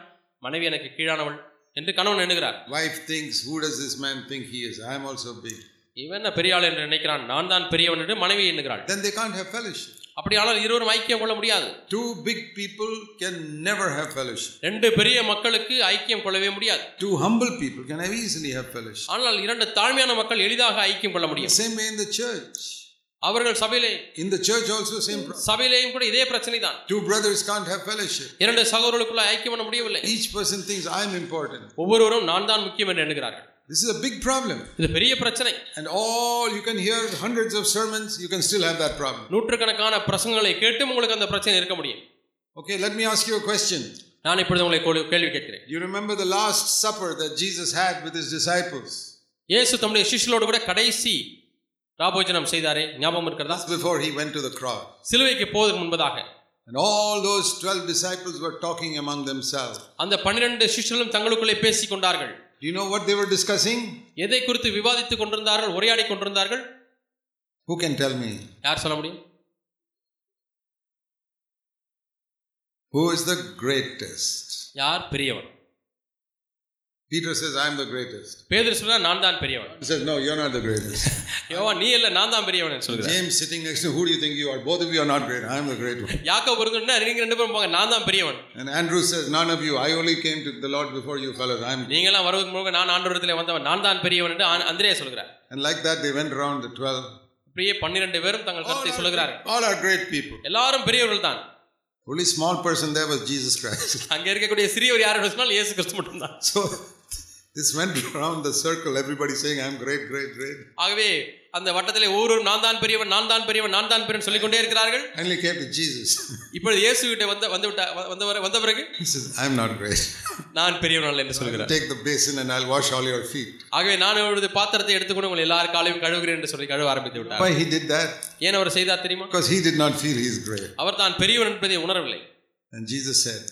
C: மனைவி எனக்கு கீழானவள் என்று கணவன் எண்ணுகிறார்
B: Wife thinks, Who does this man think he is? I'm also big.
C: இவன் என்ன பெரிய ஆள் என்று நினைக்கிறான் நான் தான் பெரியவன் என்று மனைவி எண்ணுகிறாள்
B: Then they can't have fellowship.
C: அப்படியானால் இருவரும் ஐக்கியம் கொள்ள முடியாது
B: Two big people can never have fellowship.
C: ரெண்டு பெரிய மக்களுக்கு ஐக்கியம் கொள்ளவே முடியாது
B: Two humble people can have easily have fellowship.
C: ஆனால் இரண்டு தாழ்மையான மக்கள் எளிதாக ஐக்கியம் கொள்ள முடியும்
B: Same way in the church.
C: அவர்கள் சபையிலே
B: In the church also, same problem.
C: சபையிலேயும் கூட இதே பிரச்சனை தான்
B: Two brothers can't have fellowship.
C: இரண்டு சகோதரர்களுக்குள்ள ஐக்கியம் பண்ண முடியவில்லை
B: Each person thinks, I'm important.
C: ஒவ்வொருவரும் நான் தான் முக்கியம் என்று எண்ணுகிறார்கள்
B: This is a big problem.
C: இது பெரிய பிரச்சனை
B: And all you can hear hundreds of sermons, you can still have that problem.
C: நூற்றுக்கணக்கான பிரசங்களை கேட்டும் உங்களுக்கு அந்த பிரச்சனை இருக்க முடியும்
B: Okay, let me ask you a question.
C: நான் இப்பொழுது உங்களை கோலி- கேள்வி கேட்கிறேன்
B: You remember the Last Supper that Jesus had with his disciples
C: இயேசு தம்முடைய சிஷ்யலோடு கூட கடைசி ராபோஜனம் செய்தாரே ஞாபகம் இருக்கிறதா
B: just before he went to the cross.
C: சிலுவைக்கு போவதற்கு முன்பதாக
B: And all those 12 disciples were talking among themselves.
C: அந்த பன்னிரண்டு சிஷ்யர்களும் தங்களுக்குள்ளே பேசிக் கொண்டார்கள்
B: Do you know what they were discussing?
C: எதை குறித்து விவாதித்துக் கொண்டிருந்தார்கள் உரையாடி கொண்டிருந்தார்கள்
B: Who can tell me?
C: யார் சொல்ல முடியும்
B: Who is the greatest?
C: யார் பெரியவன்
B: Peter says, I'm the greatest.
C: Peter சொல்றா நான் தான் பெரியவன்
B: He says, No, you're not the greatest.
C: யோவா நீ இல்ல நான் தான் பெரியவன் சொல்லுகிறேன்
B: James sitting next to, Who do you think you are? Both of you are not great. I'm the great one.
C: Yakob இருக்குன்னா நீங்க ரெண்டு பேரும் போங்க நான் தான் பெரியவன்
B: And Andrew says, None of you. I only came to the Lord before you fellows. I'm
C: நீங்களாம் வருவதற்கு முழுக்க நான் ஆண்டவரத்தில் வந்தவன் நான் தான் பெரியவன் என்று ஆண்- அந்திரேயா சொல்கிறார்
B: and like that they went around the twelve.
C: இப்படியே பன்னிரண்டு பேரும் தங்கள்
B: Oh,
C: கருத்தை சொல்லுகிறார்கள்
B: all are great people.
C: எல்லாரும் பெரியவர்கள் தான்
B: Only small person there was Jesus Christ. [laughs]
C: அங்க இருக்கக்கூடிய சிறியவர் யார் என்று சொன்னால் இயேசு கிறிஸ்து மட்டும்தான்
B: So this went around the circle, everybody saying, I'm great, great, great.
C: ஆகவே அந்த வட்டத்திலே ஒவ்வொரு நான் தான் பெரியவன் நான் தான் பெரியவன் நான் தான் பெரியவன் சொல்லிக்கொண்டே இருக்கிறார்கள்
B: Finally came to Jesus. [laughs]
C: இப்பொழுது இயேசு கிட்ட வந்த வந்து விட்ட வந்த வர- வந்த பிறகு
B: he says, I'm not great.
C: நான் பெரியவன் அல்ல என்று சொல்கிறார்
B: Take the basin and I'll wash all your feet.
C: ஆகவே நான் அவரது பாத்திரத்தை எடுத்துக்கொண்டு உங்கள் எல்லார் காலையும் கழுவுகிறேன் என்று சொல்லி கழுவ ஆரம்பித்து விட்டார்
B: Why he did that?
C: ஏன் அவர் செய்தார் தெரியுமா
B: Because he did not feel he's great.
C: அவர் தான் பெரியவர் என்பதை உணரவில்லை
B: And Jesus said,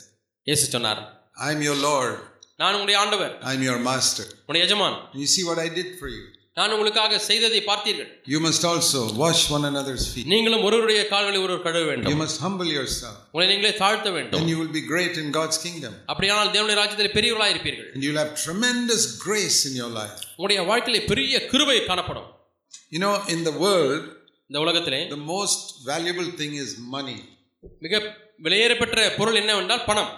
C: இயேசு சொன்னார்
B: I'm your Lord.
C: நான் உங்களுடைய ஆண்டவர்
B: I'm your master.
C: உன்னுடைய எஜமான்
B: And you see what I did for you.
C: நான் உங்களுக்காக செய்ததை பார்த்தீர்கள்
B: You must also wash one another's feet.
C: நீங்களும் ஒருவருடைய கால்களை ஒருவர் கழுவ
B: You
C: வேண்டும்
B: must humble yourself.
C: உங்களை நீங்களே தாழ்த்த வேண்டும்
B: Then you will be great in God's kingdom.
C: அப்படியானால் தேவனுடைய ராஜ்யத்தில் பெரியவர்களாக இருப்பீர்கள்
B: And you'll have tremendous grace in your life.
C: உங்களுடைய வாழ்க்கையிலே பெரிய கிருபை காணப்படும்
B: You know, in the world,
C: இந்த உலகத்திலே
B: the most valuable thing is money.
C: மிக விலையேறப்பெற்ற பொருள் என்னவென்றால் பணம்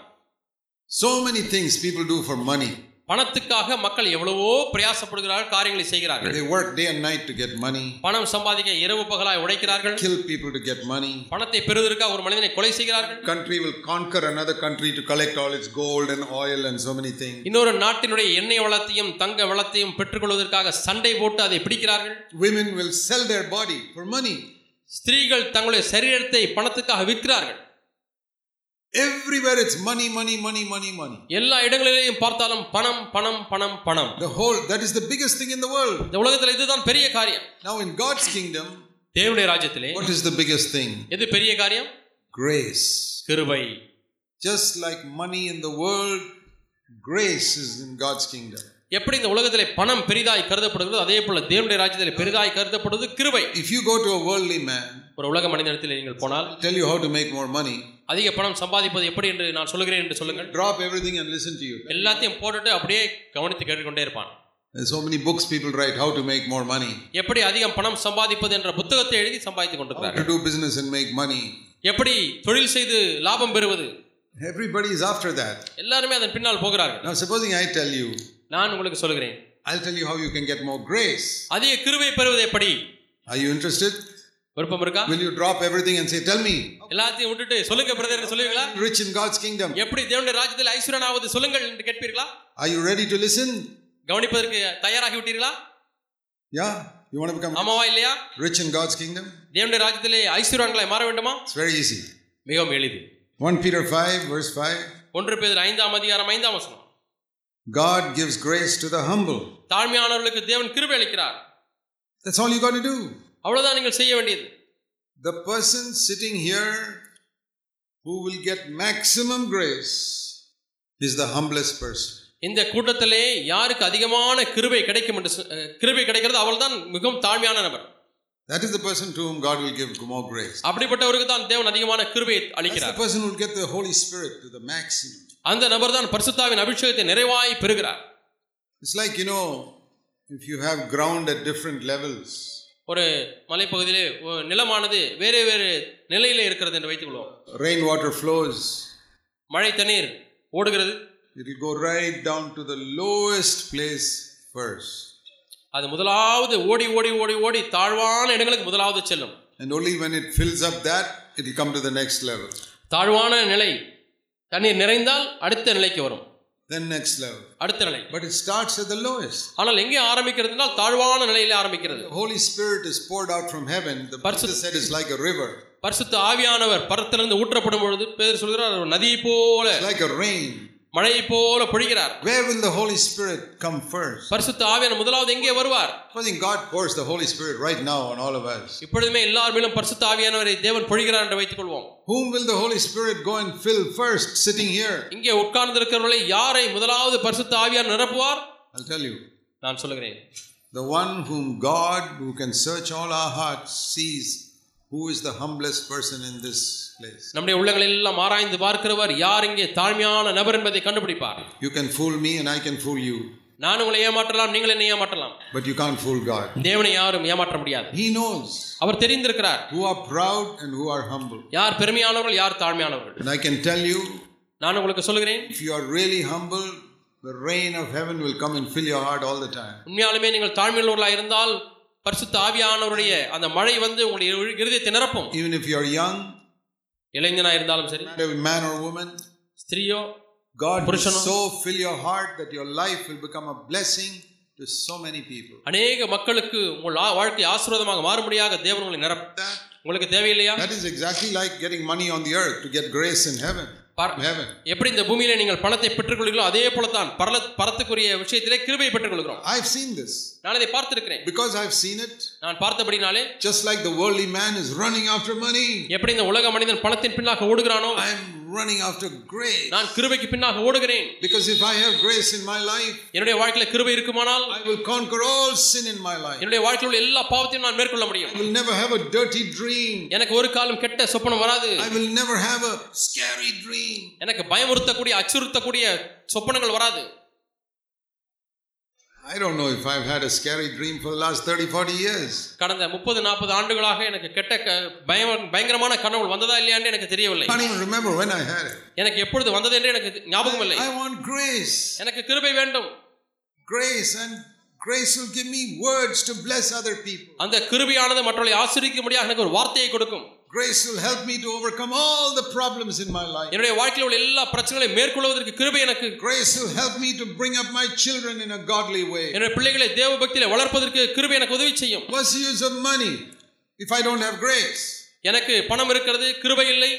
B: So many things people do for money.
C: பணத்துக்காக மக்கள் எவ்வளவோ பிரயாசப்படுகிறார்கள் காரியங்களை செய்கிறார்கள்
B: They work day and night to get money,
C: பணம் சம்பாதிக்க இரவு பகலாய் உழைக்கிறார்கள்
B: kill people to get money.
C: பணத்தை பெறுவதற்காக ஒரு மனிதனை கொலை செய்கிறார்கள்
B: Country will conquer another country to collect all its gold and oil and so many things.
C: இன்னொரு நாட்டினுடைய எண்ணெய் வளத்தையும் தங்க வளத்தையும் பெற்றுக்கொள்வதற்காக சண்டை போட்டு அதை பிடிக்கிறார்கள்
B: Women will sell their body for money.
C: ஸ்திரீகள் தங்களுடைய சரீரத்தை பணத்துக்காக விற்கிறார்கள்
B: Everywhere it's money, money, money, money, money.
C: எல்லா இடங்களிலேயும் பார்த்தாலும் பணம் பணம் பணம் பணம்
B: The whole, that is the biggest thing in the world.
C: இந்த உலகத்துல இதுதான் பெரிய காரியம்
B: Now, in God's kingdom,
C: தேவனுடைய ராஜ்யத்திலே
B: what is the biggest thing?
C: எது பெரிய காரியம்
B: Grace.
C: கிருபை
B: Just like money in the world, grace is in God's kingdom.
C: எப்படி இந்த உலகத்திலே பணம் பெரிதாய் கருதப்படுகிறதோ அதே போல தேவனுடைய ராஜ்யத்திலே பெரிதாய் கருதப்படுவது கிருபை
B: If you go to a worldly man,
C: ஒரு உலக மனிதனிடத்தில் நீங்கள் போனால்
B: tell you how to make more money,
C: அதிக பணம் சம்பாதிப்பது எப்படி என்று நான் சொல்லுகிறேன் என்று சொல்லுங்கள்
B: drop everything and listen to you.
C: எல்லாத்தையும் போட்டுட்டு அப்படியே கவனித்து கேட்டுக்கொண்டே இருப்பான்
B: There's so many books people write how to make more money,
C: எப்படி அதிகம் பணம் சம்பாதிப்பது என்ற புத்தகத்தை எழுதி சம்பாதித்துக்
B: how
C: கொண்டிருக்கிறார்
B: to do business and make money.
C: எப்படி தொழில் செய்து லாபம் பெறுவது
B: Everybody is after that.
C: எல்லாருமே அதன் பின்னால் போகிறார்கள்
B: Now, supposing I tell you,
C: நான் உங்களுக்கு சொல்கிறேன்
B: I'll tell you how you can get more grace.
C: அதிக கிருவை பெறுவது எப்படி
B: Are you interested?
C: விருப்பம் இருக்கா
B: Will you drop everything and say, Tell me,
C: எல்லாத்தையும் விட்டுட்டு சொல்லுங்க பிரதர் என்று சொல்லுவீங்களா
B: rich in God's kingdom?
C: எப்படி தேவனுடைய ராஜ்யத்தில் ஐஸ்வரனாவது சொல்லுங்கள் என்று கேட்பீர்களா
B: Are you ready to listen?
C: கவனிப்பதற்கு தயாராகி விட்டீர்களா
B: Yeah? You want to become
C: ஆமாவா இல்லையா
B: rich in God's kingdom?
C: தேவனுடைய ராஜ்யத்திலே ஐஸ்வரன்களாய் மாற வேண்டுமா
B: It's very easy.
C: மிகவும் எளிது
B: 1 Peter 5, verse 5
C: ஒன்று பேர் ஐந்தாம் அதிகாரம் ஐந்தாம் வசனம்
B: God gives grace to the humble.
C: தாழ்மையானவர்களுக்கு தேவன் கிருபை அளிக்கிறார்
B: That's all you got to do.
C: அவ்வளவுதான் நீங்கள் செய்ய வேண்டியது
B: The person sitting here who will get maximum grace is the humblest person.
C: இந்த கூட்டத்திலே யாருக்கு அதிகமான கிருபை கிடைக்கும் என்று சொ- அஹ், கிருபை கிடைக்கிறது அவள்தான் மிகவும் தாழ்மையான நபர்
B: That is the person to whom God will give more grace.
C: அப்படிப்பட்டவருக்கு தான் தேவன் அதிகமான கிருபையை
B: That's the
C: அளிக்கிறார்
B: person who will get the Holy Spirit to the maximum.
C: அந்த நபர் தான் பரிசுத்தாவின் அபிஷேகத்தை நிறைவாய் பெறுகிறார்
B: It's like, you know, if you have ground at different levels,
C: ஒரு மலைப்பகுதியிலே ஒ- நிலமானது வேறு வேறு நிலையிலே இருக்கிறது என்று வைத்துக்கொள்வோம்
B: rainwater flows,
C: மழை தண்ணீர் ஓடுகிறது
B: it will go right down to the lowest place first.
C: அது முதலாவது ஓடி ஓடி ஓடி ஓடி தாழ்வான இடங்களுக்கு முதலாவது செல்லும்
B: And only when it fills up that, it will come to the next level.
C: தாழ்வான நிலை தண்ணீர் நிறைந்தால் அடுத்த நிலைக்கு வரும்
B: Then next level.
C: அடுத்த நிலை
B: But it starts at the lowest.
C: ஆனால் எங்கே ஆரம்பிக்கிறதுனால் தாழ்வான நிலையிலே ஆரம்பிக்கிறது
B: The Holy Spirit is poured out from heaven. The Buddha said it's like a river,
C: பரிசுத்த ஆவியானவர் பரத்திலிருந்து ஊற்றப்படும் பொழுது பேர் சொல்கிறார் "அவர் நதியை போல
B: it's like a rain.
C: மழையை போல பொழிகிறார்
B: Where will the Holy Spirit come first?
C: பரிசுத்த ஆவியான முதலாவது எங்கே வருவார்
B: I think God pours the Holy Spirit right now on all of us.
C: இப்பொழுதுமே எல்லார் மேலும் பரிசுத்த ஆவியானவரை தேவன் பொழிகிறார் என்று வைத்துக் கொள்வோம்
B: Whom will the Holy Spirit go and fill first sitting here?
C: இங்கே உட்கார்ந்து இருக்கிறவர்களை யாரை முதலாவது பரிசுத்த ஆவியார் நிரப்புவார்
B: I'll tell you.
C: நான் சொல்லுகிறேன்
B: The one whom God, who can search all our hearts, sees who is the humblest person in this place.
C: நம்முடைய உள்ளங்களில் எல்லாம் ஆராய்ந்து பார்க்கிறவர் யார் இங்கே தாழ்மையான நபர் என்பதை கண்டுபிடிப்பார்
B: You can fool me and I can fool you,
C: நான் உங்களை ஏமாற்றலாம் நீங்கள் என்னை ஏமாற்றலாம்
B: but you can't fool God.
C: தேவனை யாரும் ஏமாற்ற முடியாது
B: He knows
C: our தெரிந்திருக்கிறார்
B: who are proud and who are humble.
C: யார் பெருமையானவர்கள் யார் தாழ்மையானவர்கள்
B: And I can tell you,
C: நான் உங்களுக்கு சொல்லுகிறேன்
B: if you are really humble, the rain of heaven will come and fill your heart all the time.
C: உண்மையாலுமே நீங்கள் தாழ்மையுள்ளவர்களாக இருந்தால் பரிசுத்த ஆவியானவருடைய அந்த மழை வந்து உங்களுடைய இரு- இருதயத்தை நிரப்பும்
B: Even if you are young,
C: இளைஞனா இருந்தாலும் சரி
B: no matter man or woman,
C: ஸ்திரீயோ
B: God will
C: புருஷனோ.
B: so fill your heart that your life will become a blessing to so many people.
C: அநேக மக்களுக்கு உங்கள் ஆ- வாழ்க்கை ஆசீர்வாதமாக மாறும்படியாக தேவன் உங்களை நிரப்பும்
B: That,
C: உங்களுக்கு தேவையில்லையா
B: that is exactly like getting money on the earth to get grace in heaven.
C: Bar-
B: From heaven.
C: எப்படி இந்த பூமியில நீங்கள் பணத்தை பெற்றுக்கொள்கிறீர்களோ அதே போலத்தான் பரல பரத்துக்குரிய விஷயத்திலே கிருபையை பெற்றுக்கொள்கிறோம்
B: I've seen this.
C: நான் இதை பார்த்திருக்கிறேன்
B: Because I've seen it,
C: நான் பார்த்தபடினாலே
B: just like the worldly man is running after money,
C: எப்படி இந்த உலக மனிதன் பணத்தின் பின்னாக ஓடுகிறானோ
B: I'm running after grace.
C: நான் கிருபைக்கு பின்னாக ஓடுகிறேன்
B: Because if I have grace in my life,
C: என்னுடைய வாழ்க்கையில கிருபை இருக்குமானால்
B: I will conquer all sin in my life.
C: என்னுடைய வாழ்க்கையில் உள்ள எல்லா பாவத்தையும் நான் மேற்கொள்ள முடியும்
B: I will never have a dirty dream.
C: எனக்கு ஒரு காலம் கெட்ட சொப்பனம் வராது
B: I will never have a scary dream.
C: எனக்கு பயமுறுத்தக்கூடிய அச்சுறுத்தக்கூடிய சொப்பனங்கள் வராது
B: I don't know if I've had a scary dream for the last 30, 40 years.
C: கடந்த முப்பது நாற்பது ஆண்டுகளாக எனக்கு கெட்ட க- பயம் பயங்கரமான கனவுகள் வந்ததா இல்லையான்னு எனக்கு தெரியவில்லை
B: I can't even remember when I had it.
C: எனக்கு எப்பொழுது வந்தது என்று எனக்கு ஞாபகம் இல்லை
B: I want grace.
C: எனக்கு கிருபை வேண்டும்
B: Grace and grace will give me words to bless other people.
C: அந்த கிருபையானது மற்றவர்களை ஆசிரிக்கும்படியாக எனக்கு ஒரு வார்த்தையை கொடுக்கும்
B: Grace will help me to overcome all the problems in my life.
C: என்னுடைய வாழ்க்கையில் உள்ள எல்லா பிரச்சனைகளையும் மேற்கொள்வதற்கு கிருபை எனக்கு
B: Grace will help me to bring up my children in a godly way.
C: என்னுடைய பிள்ளைகளை தேவ பக்தியில வளர்ப்பதற்கு கிருபை எனக்கு உதவி செய்யும்
B: What's the use of money If I don't have grace,
C: எனக்கு பணம் இருக்கிறது கிருபை இல்லை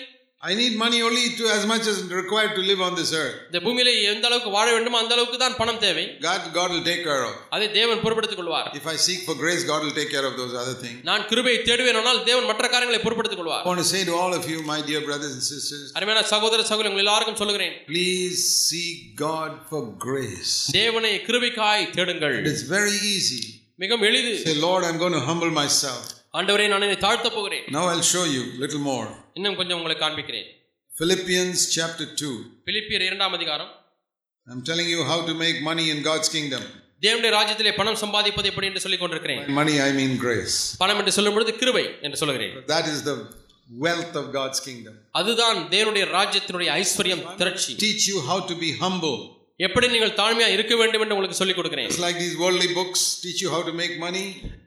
B: I need money only to as much as required to live on this earth.
C: இந்த பூமியில எந்த அளவுக்கு வாழ வேண்டுமோ அந்த அளவுக்கு தான் பணம் தேவை
B: God, God will take care of.
C: அதை தேவன் பொறுப்படுத்திக் கொள்வார்
B: If I seek for grace, God will take care of those other things.
C: நான் கிருபையை தேடுவேனானால் தேவன் மற்ற காரியங்களை பொறுப்படுத்திக்
B: I
C: கொள்வார்
B: want to say to all of you, my dear brothers and sisters,
C: அருமையான சகோதர சகோதரி உங்கள் எல்லாருக்கும் சொல்லுகிறேன்
B: please seek God for grace.
C: தேவனை கிருபைக்காய் தேடுங்கள்
B: It is very easy.
C: மிகவும் எளிது
B: Say, Lord, I'm going to humble myself.
C: ஆண்டவரே நான் என்னை தாழ்த்த போகிறேன்
B: Now I'll show you little more.
C: இன்னும் கொஞ்சம் உங்களுக்கு காண்பிக்கிறேன்
B: Philippians chapter 2.
C: பிலிப்பியர் இரண்டாம் அதிகாரம்
B: I'm telling you how to make money in God's kingdom.
C: தேவனுடைய ராஜ்யத்திலே பணம் சம்பாதிப்பது எப்படி என்று சொல்லிக் கொண்டிருக்கிறேன்
B: By money, I mean grace.
C: பணம் என்று சொல்லும் பொழுது கிருபை என்று சொல்லுகிறேன்
B: That is the wealth of God's kingdom.
C: அதுதான் தேவனுடைய ராஜ்யத்தினுடைய ஐஸ்வர்யம் திரட்சி
B: Teach you how to be humble.
C: எப்படி நீங்கள் தாழ்மையா இருக்க வேண்டும் என்று உங்களுக்கு சொல்லிக் கொடுக்கிறேன்
B: It's like these worldly books teach you how to make money.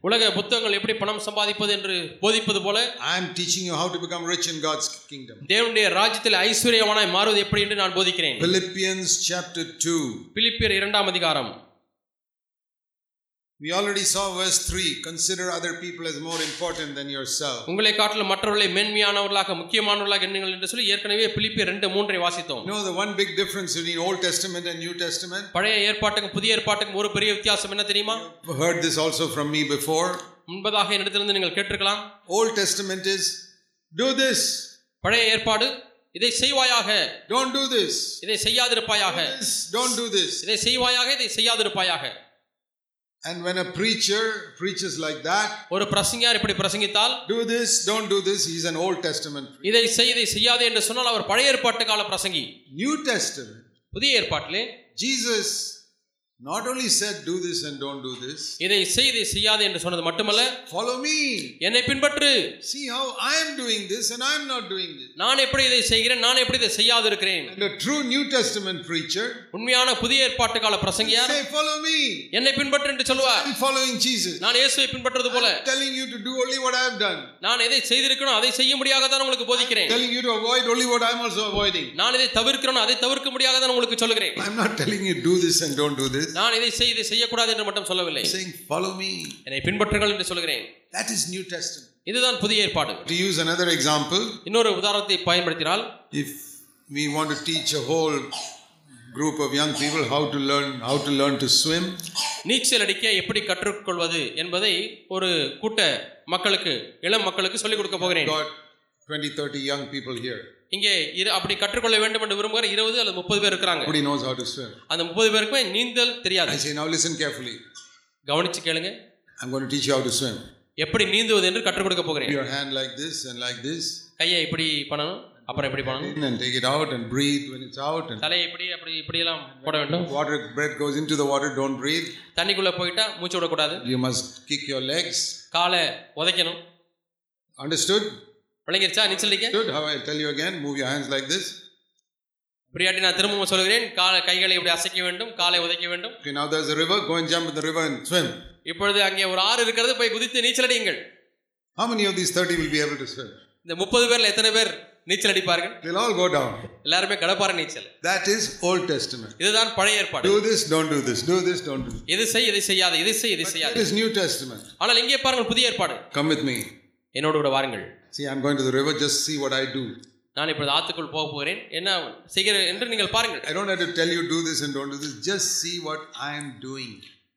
C: உலக புத்தகங்கள் எப்படி பணம் சம்பாதிப்பது என்று போதிப்பது போல
B: I'm teaching you how to become rich in God's kingdom.
C: தேவனுடைய ராஜ்யத்தில் ஐஸ்வர்யமானாய் மாறுவது எப்படி என்று நான் போதிக்கிறேன்
B: Philippians chapter 2.
C: பிலிப்பியர் இரண்டாம் அதிகாரம்
B: We already saw verse 3. Consider other people as more important than yourself.
C: உங்களை காட்டிலும் மற்றவர்களை மேன்மையானவர்களாக முக்கியமானவர்களாக எண்ணுங்கள் என்று சொல்லி ஏற்கனவே பிலிப்பியர் ரெண்டு மூன்றை வாசித்தோம்
B: You know the one big difference between Old Testament and New Testament?
C: பழைய ஏற்பாட்டுக்கும் புதிய ஏற்பாட்டுக்கும் ஒரு பெரிய வித்தியாசம் என்ன தெரியுமா
B: You've heard this also from me before.
C: முன்பதாக என்னிடத்திலிருந்து நீங்கள் கேட்டிருக்கலாம்
B: Old Testament is do this,
C: பழைய ஏற்பாடு இதை செய்வாயாக
B: don't do this,
C: இதை செய்யாதிருப்பாயாக
B: this, don't do this.
C: இதை செய்வாயாக இதை செய்யாதிருப்பாயாக
B: And when a preacher preaches like that,
C: ஒரு பிரசங்கியார் இப்படி பிரசங்கித்தால்
B: do this, don't do this, he's an Old Testament.
C: இதை செய் இதை செய்யாதே என்று சொன்னால் அவர் பழைய ஏற்பாட்டு கால பிரசங்கி
B: New Testament,
C: புதிய ஏற்பாட்டிலே
B: Jesus not only said do this and don't do this,
C: இதை செய் இதை செய்யாதே என்று சொன்னது மட்டுமல்ல
B: follow me.
C: என்னை பின்பற்று
B: See how I am doing this and I'm not doing this.
C: நான் எப்படி இதை செய்கிறேன் நான் எப்படி இதை செய்யாதிருக்கிறேன்
B: And a true New Testament preacher
C: உண்மையான புதிய ஏற்பாட்டு கால பிரசங்கியார்
B: say, follow me.
C: என்னை பின்பற்று என்று சொல்லுவார்
B: I'm following Jesus.
C: நான் இயேசுவை பின்பற்றுவது போல
B: I'm telling you to do only what I've done.
C: நான் எதை செய்திருக்கணும் அதை செய்ய முடியாத தான் உங்களுக்கு போதிக்கிறேன்
B: Telling you to avoid only what I'm also avoiding.
C: நான் இதை தவிர்க்கிறேன் அதை தவிர்க்க முடியாத தான் உங்களுக்கு சொல்லுகிறேன்
B: I'm not telling you do this and don't do this.
C: நான் இதை செய் இதை செய்யக்கூடாது என்று மட்டும் சொல்லவில்லை
B: I'm saying follow me.
C: என்னை பின்பற்றுங்கள் என்று சொல்கிறேன்
B: That is New Testament.
C: இதுதான் புதிய ஏற்பாடு
B: To use another example,
C: இன்னொரு உதாரணத்தை பயன்படுத்தினால்
B: if we want to teach a whole group of young people how to learn how to learn to swim,
C: நீச்சல் அடிக்க எப்படி கற்றுக்கொள்வது என்பதை ஒரு கூட்ட மக்களுக்கு இளம் மக்களுக்கு சொல்லிக் கொடுக்க
B: we've
C: போகிறேன்
B: got 20, 30 young people here.
C: இங்கே இரு அப்படி கற்றுக்கொள்ள வேண்டும் என்று விரும்புகிற இருபது அல்லது முப்பது பேர் இருக்கிறாங்க
B: Nobody knows how to swim.
C: அந்த முப்பது பேருக்குமே நீந்தல்
B: I
C: தெரியாது
B: say now listen carefully.
C: கவனிச்சு கேளுங்க
B: I'm going to teach you how to swim.
C: எப்படி நீந்துவது என்று கற்றுக் கொடுக்க
B: Put
C: போகிறேன்
B: your hand like this and like this,
C: கையை இப்படி பண்ணணும் அப்புறம் இப்படி பண்ணணும்
B: in and take it out and breathe when it's out. And
C: தலையை இப்படி அப்படி இப்படியெல்லாம் போட வேண்டும்
B: water breath goes into the water. Don't breathe.
C: தண்ணிக்குள்ள போயிட்டா மூச்சு விடக்கூடாது
B: You must kick your legs.
C: காலை உதைக்கணும்
B: Understood?
C: விளங்கிருச்சா நீச்சல் அடிக்க
B: Good. How I'll tell you again. Move your hands like this.
C: இப்படியாட்டி நான் திரும்பவும் சொல்கிறேன் காலை கைகளை இப்படி அசைக்க வேண்டும் காலை உதைக்க வேண்டும்
B: Okay. Now there's a river. Go and jump in the river and swim.
C: இப்பொழுது அங்கே ஒரு ஆறு இருக்கிறது போய் குதித்து நீச்சல் அடியுங்கள்
B: How many of these thirty will be able to swim?
C: இந்த முப்பது பேர்ல எத்தனை பேர் நீச்சல் அடிப்பார்கள்
B: They'll all go down.
C: எல்லாருமே கடப்பாறை நீச்சல்
B: That is Old Testament.
C: இதுதான் பழைய ஏற்பாடு
B: Do this. Don't do this. Do this. Don't do this.
C: இது செய் இதை செய்யாத இது செய் இதை
B: That
C: செய்யாது
B: is New Testament.
C: ஆனால் இங்கே பாருங்கள் புதிய ஏற்பாடு
B: Come with me.
C: என்னோடு கூட வாருங்கள்
B: See, I'm going to the river. Just see what I do.
C: நான் இப்பொழுது ஆத்துக்குள் போக போகிறேன் என்ன செய்கிறேன் என்று நீங்கள் பாருங்கள்
B: I don't have to tell you do this and don't do this. Just see what I am doing.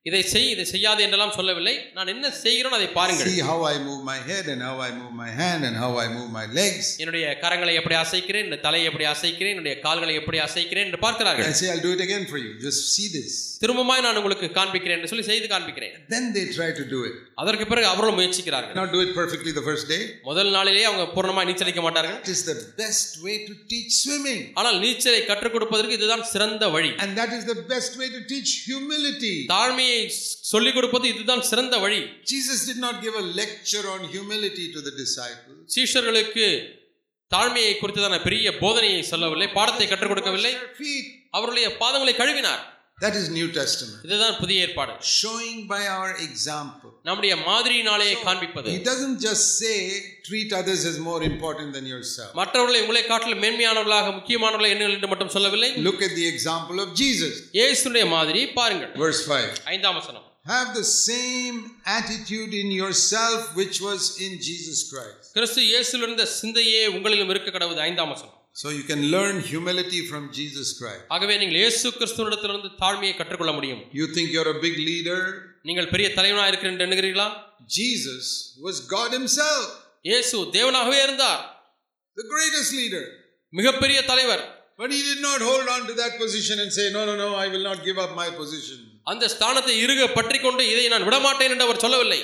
C: இதை செய் இதை செய்யாது என்றெல்லாம் சொல்லவில்லை நான் என்ன செய்கிறேன் அதை பாருங்கள்
B: See how I move my head and how I move my hand and how I move my legs.
C: என்னுடைய கரங்களை எப்படி அசைக்கிறேன் என்னுடைய தலையை எப்படி அசைக்கிறேன் என்னுடைய கால்களை எப்படி அசைக்கிறேன் என்று
B: I
C: பார்க்கிறார்கள்
B: say I'll do it again for you. Just see this.
C: திரும்பமாய் நான் உங்களுக்கு காண்பிக்கிறேன் என்று சொல்லி செய்து காண்பிக்கிறேன்
B: Then they try to do it.
C: அதற்கு பிறகு அவர்களும் முயற்சிக்கிறார்கள்
B: Not do it perfectly the first day.
C: முதல் நாளிலேயே அவங்க பூர்ணமாக நீச்சலிக்க மாட்டார்கள்
B: That is the best way to teach swimming.
C: ஆனால் நீச்சலை கற்றுக் கொடுப்பதற்கு இதுதான் சிறந்த வழி
B: And that is the best way to teach humility.
C: தாழ்மையை சொல்லிக் கொடுப்பது இதுதான் சிறந்த வழி
B: Jesus did not give a lecture on humility to the disciples.
C: சீஷர்களுக்கு தாழ்மையை குறித்ததான பெரிய போதனையை சொல்லவில்லை பாடத்தை கற்றுக் கொடுக்கவில்லை
B: Their feet.
C: அவருடைய பாதங்களை கழுவினார்
B: That is New Testament.
C: இதுதான் புதிய ஏற்பாடு
B: Showing by our example.
C: நம்முடைய மாதிரியினாலே காண்பிப்பது
B: He doesn't just say, treat others as more important than yourself.
C: மற்றவர்களை உங்களை காட்டிலும் மேன்மையானவர்களாக முக்கியமானவர்களை எண்ணுங்கள் என்று மட்டும் சொல்லவில்லை
B: Look at the example of Jesus.
C: இயேசுடைய மாதிரியை பாருங்கள்
B: Verse 5.
C: ஐந்தாம் வசனம்
B: Have the same attitude in yourself which was in Jesus Christ.
C: கிறிஸ்து இயேசுவில் இருந்த சிந்தையே உங்களிலும் இருக்க கடவுது ஐந்தாம் வசனம்
B: So you can learn humility from Jesus Christ.
C: ஆகவே நீங்கள் இயேசு கிறிஸ்துவிடத்திலிருந்து தாழ்மையை கற்றுக்கொள்ள முடியும்
B: You think you're a big leader?
C: நீங்கள் பெரிய தலைவனாக இருக்கிறேன் என்று எண்ணுகிறீர்களா
B: Jesus was God Himself,
C: இயேசு தேவனாகவே இருந்தார்
B: the greatest leader.
C: மிகப்பெரிய தலைவர்
B: But He did not hold on to that position and say, No, no, no, I will not give up my position.
C: அந்த ஸ்தானத்தை இருக பற்றி கொண்டு இதை நான் விடமாட்டேன் என்று அவர் சொல்லவில்லை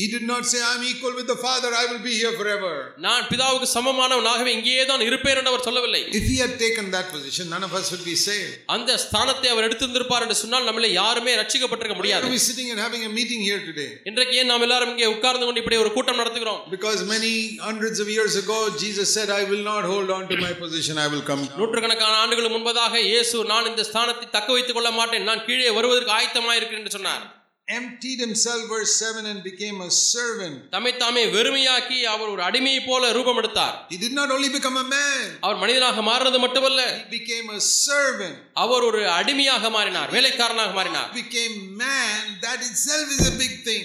B: He did not say, I'm equal with the Father, I will be here forever.
C: நான் பிதாவுக்கு சமமானவனாகவே இங்கேயே தான் இருப்பேன் என்று அவர் சொல்லவில்லை
B: If He had taken that position, none of us would be saved.
C: அந்த ஸ்தானத்தை அவர் எடுத்திருந்திருப்பார் என்று சொன்னால் நம்மள யாருமே ரட்சிக்கப்பட்டிருக்க
B: Why
C: முடியாது
B: are we sitting and having a meeting here today?
C: இன்றைக்கு ஏன் நாம் எல்லாரும் இங்கே உட்கார்ந்து கொண்டு இப்படி ஒரு கூட்டம் நடத்துகிறோம்
B: Because many hundreds of years ago, Jesus said, I will not hold on to my position, I will come. down."
C: நூற்றுக்கணக்கான ஆண்டுகள் முன்பதாக இயேசு நான் இந்த ஸ்தானத்தை தக்க வைத்துக் கொள்ள மாட்டேன் நான் கீழே வருவதற்கு ஆயத்தமாயிருக்கிறேன் என்று சொன்னார்
B: Emptied himself, verse 7, and became a servant.
C: தம்மை தாமே வெறுமையாக்கி அவர் ஒரு அடிமையை போல ரூபம் எடுத்தார்
B: He did not only become a man,
C: அவர் மனிதனாக மாறினது மட்டுமல்ல
B: he became a servant.
C: அவர் ஒரு அடிமையாக மாறினார் வேலைக்காரனாக மாறினார்
B: became man, that itself is a big thing.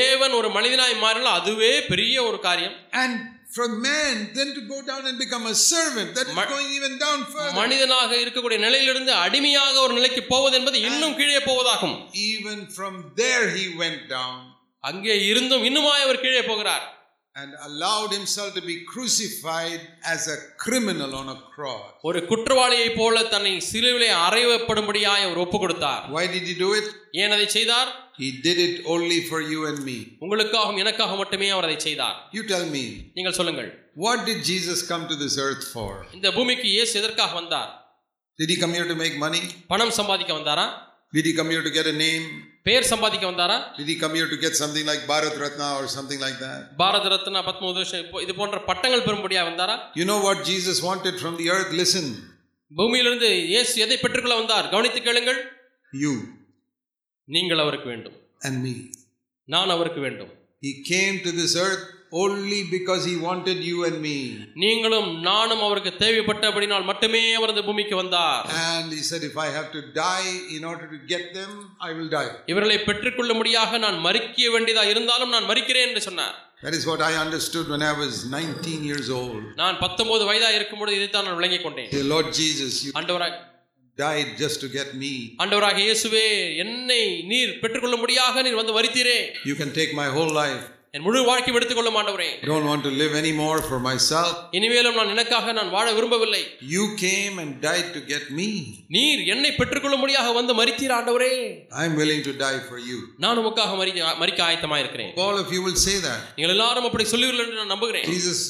C: தேவன் ஒரு மனிதனாய் மாறினால் அதுவே பெரிய ஒரு காரியம்
B: And from man, then to go down and become a servant, that is
C: Ma-
B: going even down further.
C: மனிதனாக இருக்கக்கூடிய நிலையிலிருந்து அடிமையாக ஒரு நிலைக்கு போவது என்பது இன்னும் கீழே போவதாகும்
B: Even from there, he went down
C: அங்கே இருந்தும் இன்னுமாய் அவர் கீழே போகிறார்
B: and allowed himself to be crucified as a criminal on a cross.
C: ஒரு குற்றவாளியைப் போல தன்னை சிலுவிலே அறையப்படும்படியாய் அவர் ஒப்பு கொடுத்தார்
B: Why did he do it?
C: ஏன் அதை செய்தார்
B: He did it only for you and me.
C: உங்களுக்காகவும் எனக்காக மட்டுமே அவர் அதை செய்தார்
B: You tell me,
C: நீங்கள் சொல்லுங்கள்
B: what did Jesus come to this earth for?
C: இந்த பூமிக்கு இயேசு எதற்காக வந்தார்
B: Did he come here to make money?
C: பணம் சம்பாதிக்க வந்தாரா
B: Did he come here to get a name?
C: பெயர் சம்பாதிக்க வந்தாரா
B: Did he come here to get something like Bharat Ratna or something like that?
C: Bharat Ratna Padma Bhushan இப்போ இது போன்ற பட்டங்கள் பெறும்படியா வந்தாரா
B: You know what Jesus wanted from the earth? Listen,
C: பூமியிலிருந்து இயேசு எதை பெற்றுக்கொள்ள வந்தார் கவனித்து கேளுங்கள்
B: you
C: நீங்கள் அவருக்கு வேண்டும்
B: and me.
C: நான் அவருக்கு வேண்டும்
B: He came to this earth only because he wanted you and me.
C: நீங்களும் நானும் அவருக்கு தேவைப்பட்டபடினால் மட்டுமே அவர் இந்த பூமிக்கு வந்தார்
B: And he said, If I have to die in order to get them, I will die.
C: இவர்களை பெற்றுக்கொள்ளும்படியாக நான் மறிக்க வேண்டியதா இருந்தாலும் நான் மறிக்கிறேன் என்று சொன்னார்
B: That is what I understood when I was 19 years old.
C: நான் பத்தொன்பது வயதா இருக்கும் பொழுது இதைத்தான் நான் விளங்கிக் கொண்டேன்
B: Say, Lord Jesus, you
C: ஆண்டவராக
B: died just to get me.
C: ஆண்டவராக இயேசுவே என்னை நீர் பெற்றுக்கொள்ளும்படியாக நீர் வந்து வருத்தீரே
B: You can take my whole life.
C: என் முழு வாழ்க்கையும் எடுத்துக்கொள்ளும் ஆண்டவரே
B: I don't want to live anymore for myself.
C: இனிமேலும் நான் எனக்காக நான் வாழ விரும்பவில்லை
B: You came and died to get me.
C: நீர் என்னை பெற்றுக்கொள்ளும்படியாக வந்து மறித்தீர் ஆண்டவரே
B: I'm willing to die for you.
C: நான் உமக்காக மறிக்க மறிக்க ஆயத்தமா இருக்கிறேன்
B: All of you will say that.
C: நீங்கள் எல்லாரும் அப்படி சொல்லுவீர்கள் என்று நான் நம்புகிறேன்
B: Jesus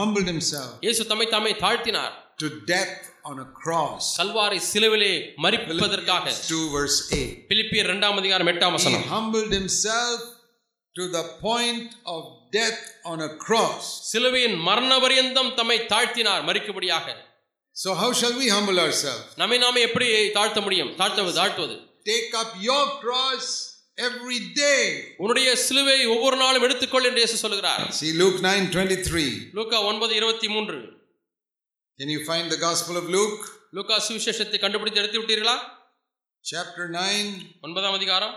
B: humbled himself
C: இயேசு தம்மை தாமே தாழ்த்தினார்
B: to death on a cross.
C: கல்வாரை சிலுவிலே மறிப்பதற்காக
B: Philippians 2 verse 8.
C: பிலிப்பியர் இரண்டாம் அதிகாரம் எட்டாம்
B: He
C: வசனம்
B: humbled himself to the point of death on a cross.
C: சிலுவையின் மரண பரியந்தம் தம்மை தாழ்த்தினார் மறிக்கும்படியாக
B: So, how shall we humble ourselves?
C: நம்மை நாமே எப்படி தாழ்த்த முடியும் தாழ்த்துவது தாழ்த்துவது
B: Take up your cross every day.
C: உன்னுடைய சிலுவை ஒவ்வொரு நாளும் எடுத்துக்கொள் என்று இயேசு சொல்கிறார்
B: See Luke 9 23.
C: லூக்கா ஒன்பது இருபத்தி மூன்று
B: Can you find the Gospel of Luke?
C: லூக்கா சுவிசேஷத்தை கண்டுபிடித்து எடுத்து விட்டீர்களா
B: Chapter 9
C: ஒன்பதாம் அதிகாரம்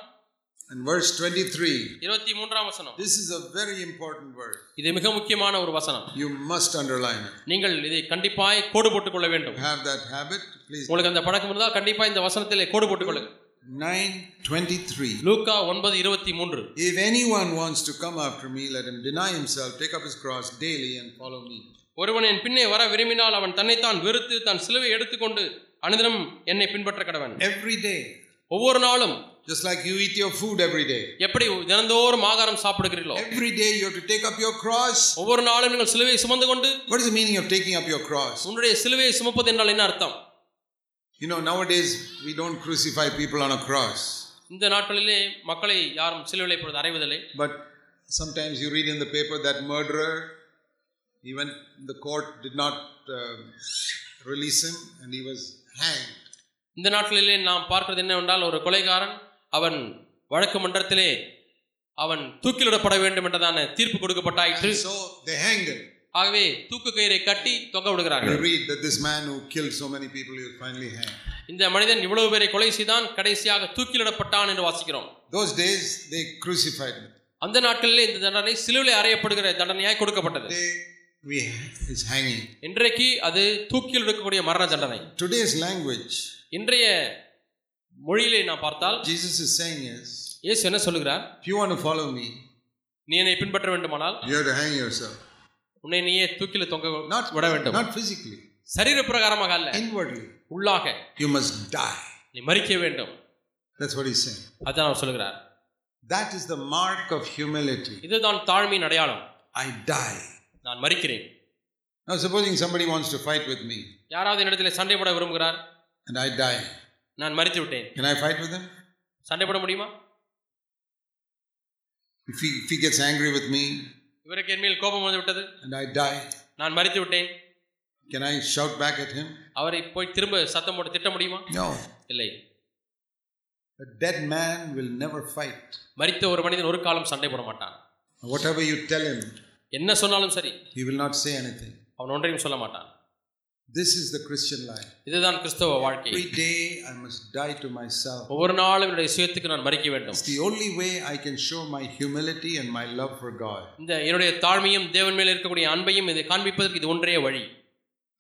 B: and verse 23.
C: இருபத்தி மூன்றாம் வசனம்
B: This is a very important word.
C: இது மிக முக்கியமான ஒரு வசனம்
B: You must underline it.
C: நீங்கள் இதை கண்டிப்பாய் கோடு போட்டுக் கொள்ள வேண்டும்
B: You have that habit. Please.
C: உங்களுக்கு அந்த பழக்கம் இருந்தால் கண்டிப்பா இந்த வசனத்திலே கோடு போட்டுக் கொள்ளுங்க
B: 9 23.
C: லூக்கா ஒன்பது இருபத்தி மூன்று
B: If anyone wants to come after me, let him deny himself, take up his cross daily, and follow me.
C: ஒருவன் என் பின்னே வர விரும்பினால் அவன் தன்னைத்தான் வெறுத்து தன் சிலுவை எடுத்துக்கொண்டு அனுதினம் என்னை பின்பற்ற கடவன்
B: Every day.
C: ஒவ்வொரு நாளும்
B: Just like you eat your food every day.
C: எப்படி தினந்தோறும் ஆகாரம் சாப்பிடுகிறீர்களோ
B: Every day you have to take up your cross.
C: ஒவ்வொரு நாளும் நீங்கள் சிலுவையை சுமந்து கொண்டு
B: What is the meaning of taking up your cross?
C: உன்னுடைய சிலுவையை சுமப்பது என்றால் என்ன அர்த்தம்
B: You know, nowadays we don't crucify people on a cross.
C: இந்த நாட்களிலே மக்களை யாரும் சிலுவையிலே இப்பொழுது அறைவதில்லை
B: But sometimes you read in the paper that murderer, even the court did not um release him and he was hanged.
C: இந்த நாட்களிலே நாம் பார்க்கிறது என்னவென்றால் ஒரு கொலைகாரன் அவன் வழக்கு மன்றத்திலே அவன் தூக்கிலிடப்பட வேண்டும் என்றதான தீர்ப்பு கொடுக்கப்பட்டாயிற்று
B: And so they hanged him.
C: ஆகவே தூக்கு கயிறை கட்டி தொங்க
B: You
C: விடுகிறார்கள்
B: read that this man who killed so many people, he was finally hanged.
C: இந்த மனிதன் இவ்வளவு பேரை கொலை செய்தான் கடைசியாக தூக்கிலிடப்பட்டான் என்று வாசிக்கிறோம்
B: Those days they crucified him.
C: அந்த நாட்களிலே இந்த தண்டனை சிலுவிலே அறையப்படுகிற தண்டனையாய் கொடுக்கப்பட்டது
B: Today we is hanging.
C: இன்றைக்கு அது தூக்கில் இருக்கக்கூடிய மரண தண்டனை
B: Today's language,
C: இன்றைய மொழியிலே நான் பார்த்தால்
B: Jesus is saying is,
C: இயேசு என்ன சொல்லுகிறார்
B: if you want to follow me,
C: நீ என்னை பின்பற்ற வேண்டுமானால்
B: you have to hang yourself.
C: உன்னை நீயே தூக்கில தொங்க
B: Not
C: விட வேண்டும்
B: not physically,
C: சரீர பிரகாரமாக அல்ல
B: inwardly.
C: உள்ளாக
B: You must die.
C: நீ மறிக்க வேண்டும்
B: That's what he's saying.
C: அதான் அவர் சொல்லுகிறார்
B: That is the mark of humility.
C: இதுதான் தாழ்மையின் அடையாளம்
B: I die.
C: நான் மறிக்கிறேன்
B: Now, supposing somebody wants to fight with me
C: யாராவது என்னிடத்தில் சண்டை போட விரும்புகிறார்
B: and I die,
C: நான் மறித்து விட்டேன்
B: can I fight with him?
C: சண்டை போட முடியுமா
B: If he, if he gets angry with me
C: இவருக்கு என் மேல் கோபம் வந்து விட்டது
B: and I die,
C: நான் மறித்து விட்டேன்
B: can I shout back at him?
C: அவரை போய் திரும்ப சத்தம் போட்டு திட்ட முடியுமா
B: No.
C: இல்லை
B: A dead man will never fight.
C: மறித்த ஒரு மனிதன் ஒரு காலம் சண்டை போட மாட்டான்
B: Whatever you tell him,
C: என்ன சொன்னாலும் சரி
B: he will not say anything.
C: அவன் ஒன்றையும் சொல்ல மாட்டான்
B: This is the Christian life.
C: இதுதான் கிறிஸ்தவ வாழ்க்கை
B: Every day I must die to myself.
C: ஒவ்வொரு நாளும் என்னுடைய சுயத்துக்கு நான் மறிக்க வேண்டும்
B: It's the only way I can show my humility and my love for God.
C: இந்த என்னுடைய தாழ்மையும் தேவன் மேல் இருக்கக்கூடிய அன்பையும் இதை காண்பிப்பதற்கு இது ஒன்றே வழி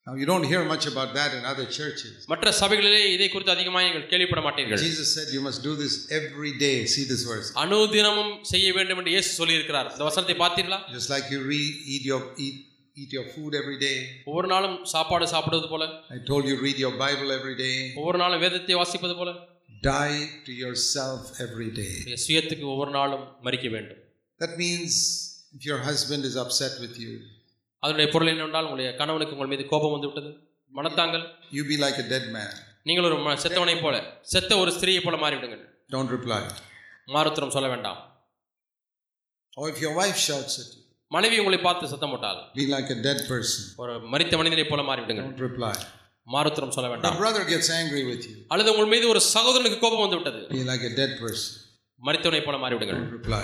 B: Now, you don't hear much about that in other churches.
C: மற்ற சபைகளிலே இதை குறித்து அதிகமாக நீங்கள் கேள்விப்பட மாட்டீர்கள்
B: Jesus said you must do this every day. See this verse.
C: அனுதினமும் செய்ய வேண்டும் என்று இயேசு சொல்லியிருக்கிறார் இந்த வசனத்தை பார்த்தீர்களா
B: Just like you read, eat your eat, eat your food every day.
C: ஒவ்வொரு நாளும் சாப்பாடு சாப்பிடுவது போல
B: I told you read your Bible every day.
C: ஒவ்வொரு நாளும் வேதத்தை வாசிப்பது போல
B: Die to yourself every day.
C: உங்களுடைய சுயத்துக்கு ஒவ்வொரு நாளும் மறிக்க வேண்டும்
B: That means if your husband is upset with you,
C: அதனுடைய பொருள் என்னவென்றால் உங்களுடைய கணவனுக்கு உங்கள் மீது கோபம் வந்து விட்டது மனத்தாங்கள்
B: you be like a dead man.
C: நீங்கள் ஒரு ம- செத்தவனை போல செத்த ஒரு ஸ்திரியை போல மாறிவிடுங்கள்
B: Don't reply.
C: மாறுத்திரம் சொல்ல வேண்டாம்
B: Or if your wife shouts at you,
C: மனைவி உங்களை பார்த்து சத்தம் போட்டால்
B: be like a dead person.
C: ஒரு மறித்த மனிதனை போல மாறிவிடுங்கள்
B: Don't reply.
C: மாறுத்திரம் சொல்ல
B: Your
C: வேண்டாம்
B: brother gets angry with you.
C: அல்லது உங்கள் மீது ஒரு சகோதரனுக்கு கோபம் வந்து விட்டது
B: Be like a dead person.
C: மறித்தவனை போல மாறிவிடுங்கள்
B: Don't reply.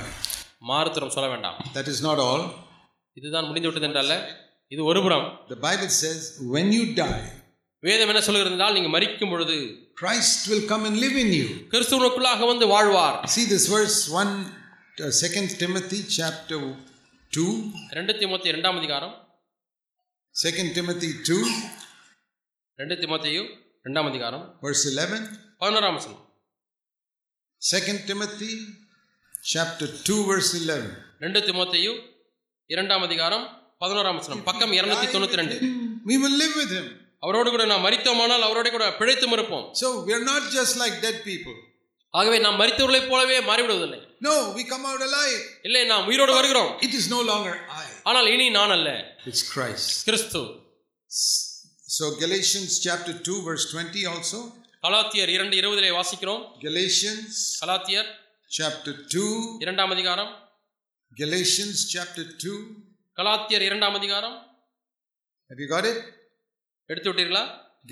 C: மாறுத்திரம் சொல்ல வேண்டாம்
B: That is not all.
C: இதுதான் முடிந்து விட்டது என்றால இது ஒருபுறம்
B: The Bible says when you die,
C: வேதம் என்ன சொல்கிறது என்றால் நீங்கள் மறிக்கும் பொழுது
B: Christ will come and live in you.
C: கிறிஸ்துவனுக்குள்ளாக வந்து வாழ்வார்
B: See this verse 1 uh, 2 Timothy chapter 2
C: ரெண்டு திமுத்தி இரண்டாம் அதிகாரம்
B: 2 Timothy 2
C: ரெண்டு திமுத்தையு ரெண்டாம் அதிகாரம்
B: verse 11
C: பதினோராம் வசனம்
B: 2 Timothy chapter 2 verse 11
C: ரெண்டு திமுத்தையு இரண்டாம் அதிகாரம் பதினோராம் வசனம் பக்கம் இருநூத்தி தொண்ணூத்தி ரெண்டு
B: we will live with him
C: அவரோடு கூட நாம் மறித்தோமானால் அவரோட கூட பிழைத்தும் இருப்போம்
B: so we are not just like dead people
C: ஆகவே நாம் மறித்தவர்களைப் போலவே மாறிவிடுவதில்லை
B: no we come out alive
C: இல்லை நாம் உயிரோடு வருகிறோம்
B: it is no longer i
C: ஆனால் இனி நான் அல்ல
B: it's christ
C: Kristu
B: so galatians chapter 2 verse 20 also
C: கலாத்தியர் இரண்டு இருபதிலே வாசிக்கிறோம்
B: galatians
C: கலாத்தியர்
B: chapter 2
C: இரண்டாம் அதிகாரம்
B: galatians chapter 2
C: கலாத்தியர் இரண்டாம் அதிகாரம்
B: have you got it
C: எடுத்து விட்டீர்களா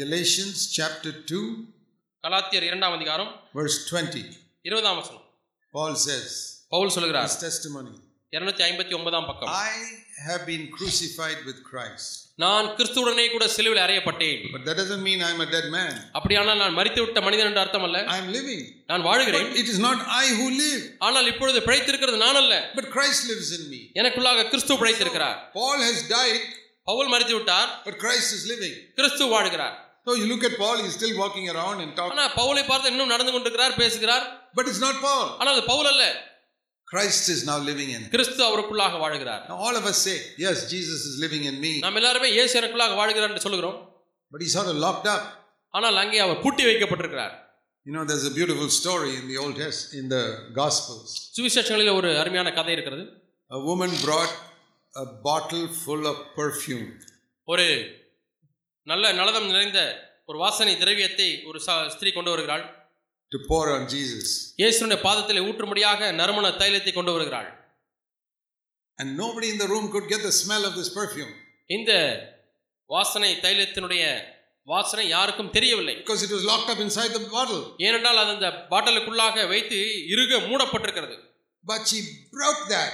B: galatians chapter 2
C: கலாத்தியர் இரண்டாம் அதிகாரம்
B: verse 20
C: இருபதாம் வசனம்
B: paul says
C: பவுல் சொல்லுகிறார்
B: his testimony
C: இருநூத்தி ஐம்பத்தி ஒன்பதாம் பக்கம்
B: i have been crucified with christ
C: நான் கிறிஸ்துவுடனே கூட சிலுவில் அறையப்பட்டேன்
B: but that doesn't mean i'm a dead man
C: அப்படியானால் நான் மறித்து விட்ட மனிதன் என்ற அர்த்தம் அல்ல
B: i'm living
C: நான் வாழுகிறேன்
B: but it is not i who live
C: ஆனால் இப்பொழுது பிழைத்திருக்கிறது நான் அல்ல
B: but christ lives in me
C: எனக்குள்ளாக கிறிஸ்து பிழைத்திருக்கிறார்
B: paul has died
C: பவுல் மறித்து விட்டார்
B: but christ is living
C: கிறிஸ்து வாழ்கிறார்
B: so you look at paul he's still walking around and talking
C: ஆனா பவுலை பார்த்து இன்னும் நடந்து கொண்டிருக்கிறார் பேசுகிறார்
B: but it's not paul
C: ஆனால் அது பவுல் அல்ல
B: christ is now living in him.
C: கிறிஸ்து அவருக்குள்ளாக வாழ்கிறார்
B: now all of us say yes jesus is living in me
C: நாம் எல்லாருமே இயேசு எனக்குள்ளாக வாழ்கிறார் என்று சொல்கிறோம்
B: but he's sort of locked up
C: ஆனால் அங்கே அவர் பூட்டி வைக்கப்பட்டிருக்கிறார்
B: you know there's a beautiful story in the old test in the gospels
C: சுவிசேஷங்களில் ஒரு அருமையான கதை இருக்கிறது
B: a woman brought a bottle full of perfume
C: ஒரு நல்ல நலதம் நிறைந்த ஒரு வாசனை திரவியத்தை ஒரு ச- ஸ்திரீ கொண்டு வருகிறாள்
B: to pour on jesus
C: இயேசுனுடைய பாதத்தில் ஊற்றும்படியாக நறுமண தைலத்தை கொண்டு வருகிறாள்
B: and nobody in the room could get the smell of this perfume
C: இந்த வாசனை தைலத்தினுடைய வாசனை யாருக்கும் தெரியவில்லை
B: because it was locked up inside the bottle
C: ஏனென்றால் அது அந்த பாட்டலுக்குள்ளாக வைத்து இறுக மூடப்பட்டிருக்கிறது
B: but she broke that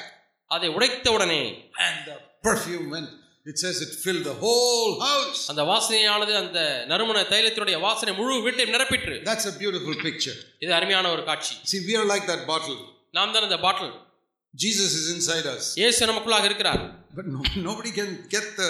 C: அதை உடைத்தவுடனே
B: and the perfume went It says it filled the whole house.
C: அந்த வாசனையானது அந்த நறுமண தைலத்தினுடைய வாசனை முழு வீட்டை நிரப்பிற்று
B: That's a beautiful picture.
C: இது அருமையான ஒரு காட்சி
B: See, we are like that bottle.
C: நாம் தான் இந்த பாட்டில்
B: Jesus is inside us.
C: இயேசு நமக்குள்ளாக இருக்கிறார்
B: But no, [laughs] nobody can get the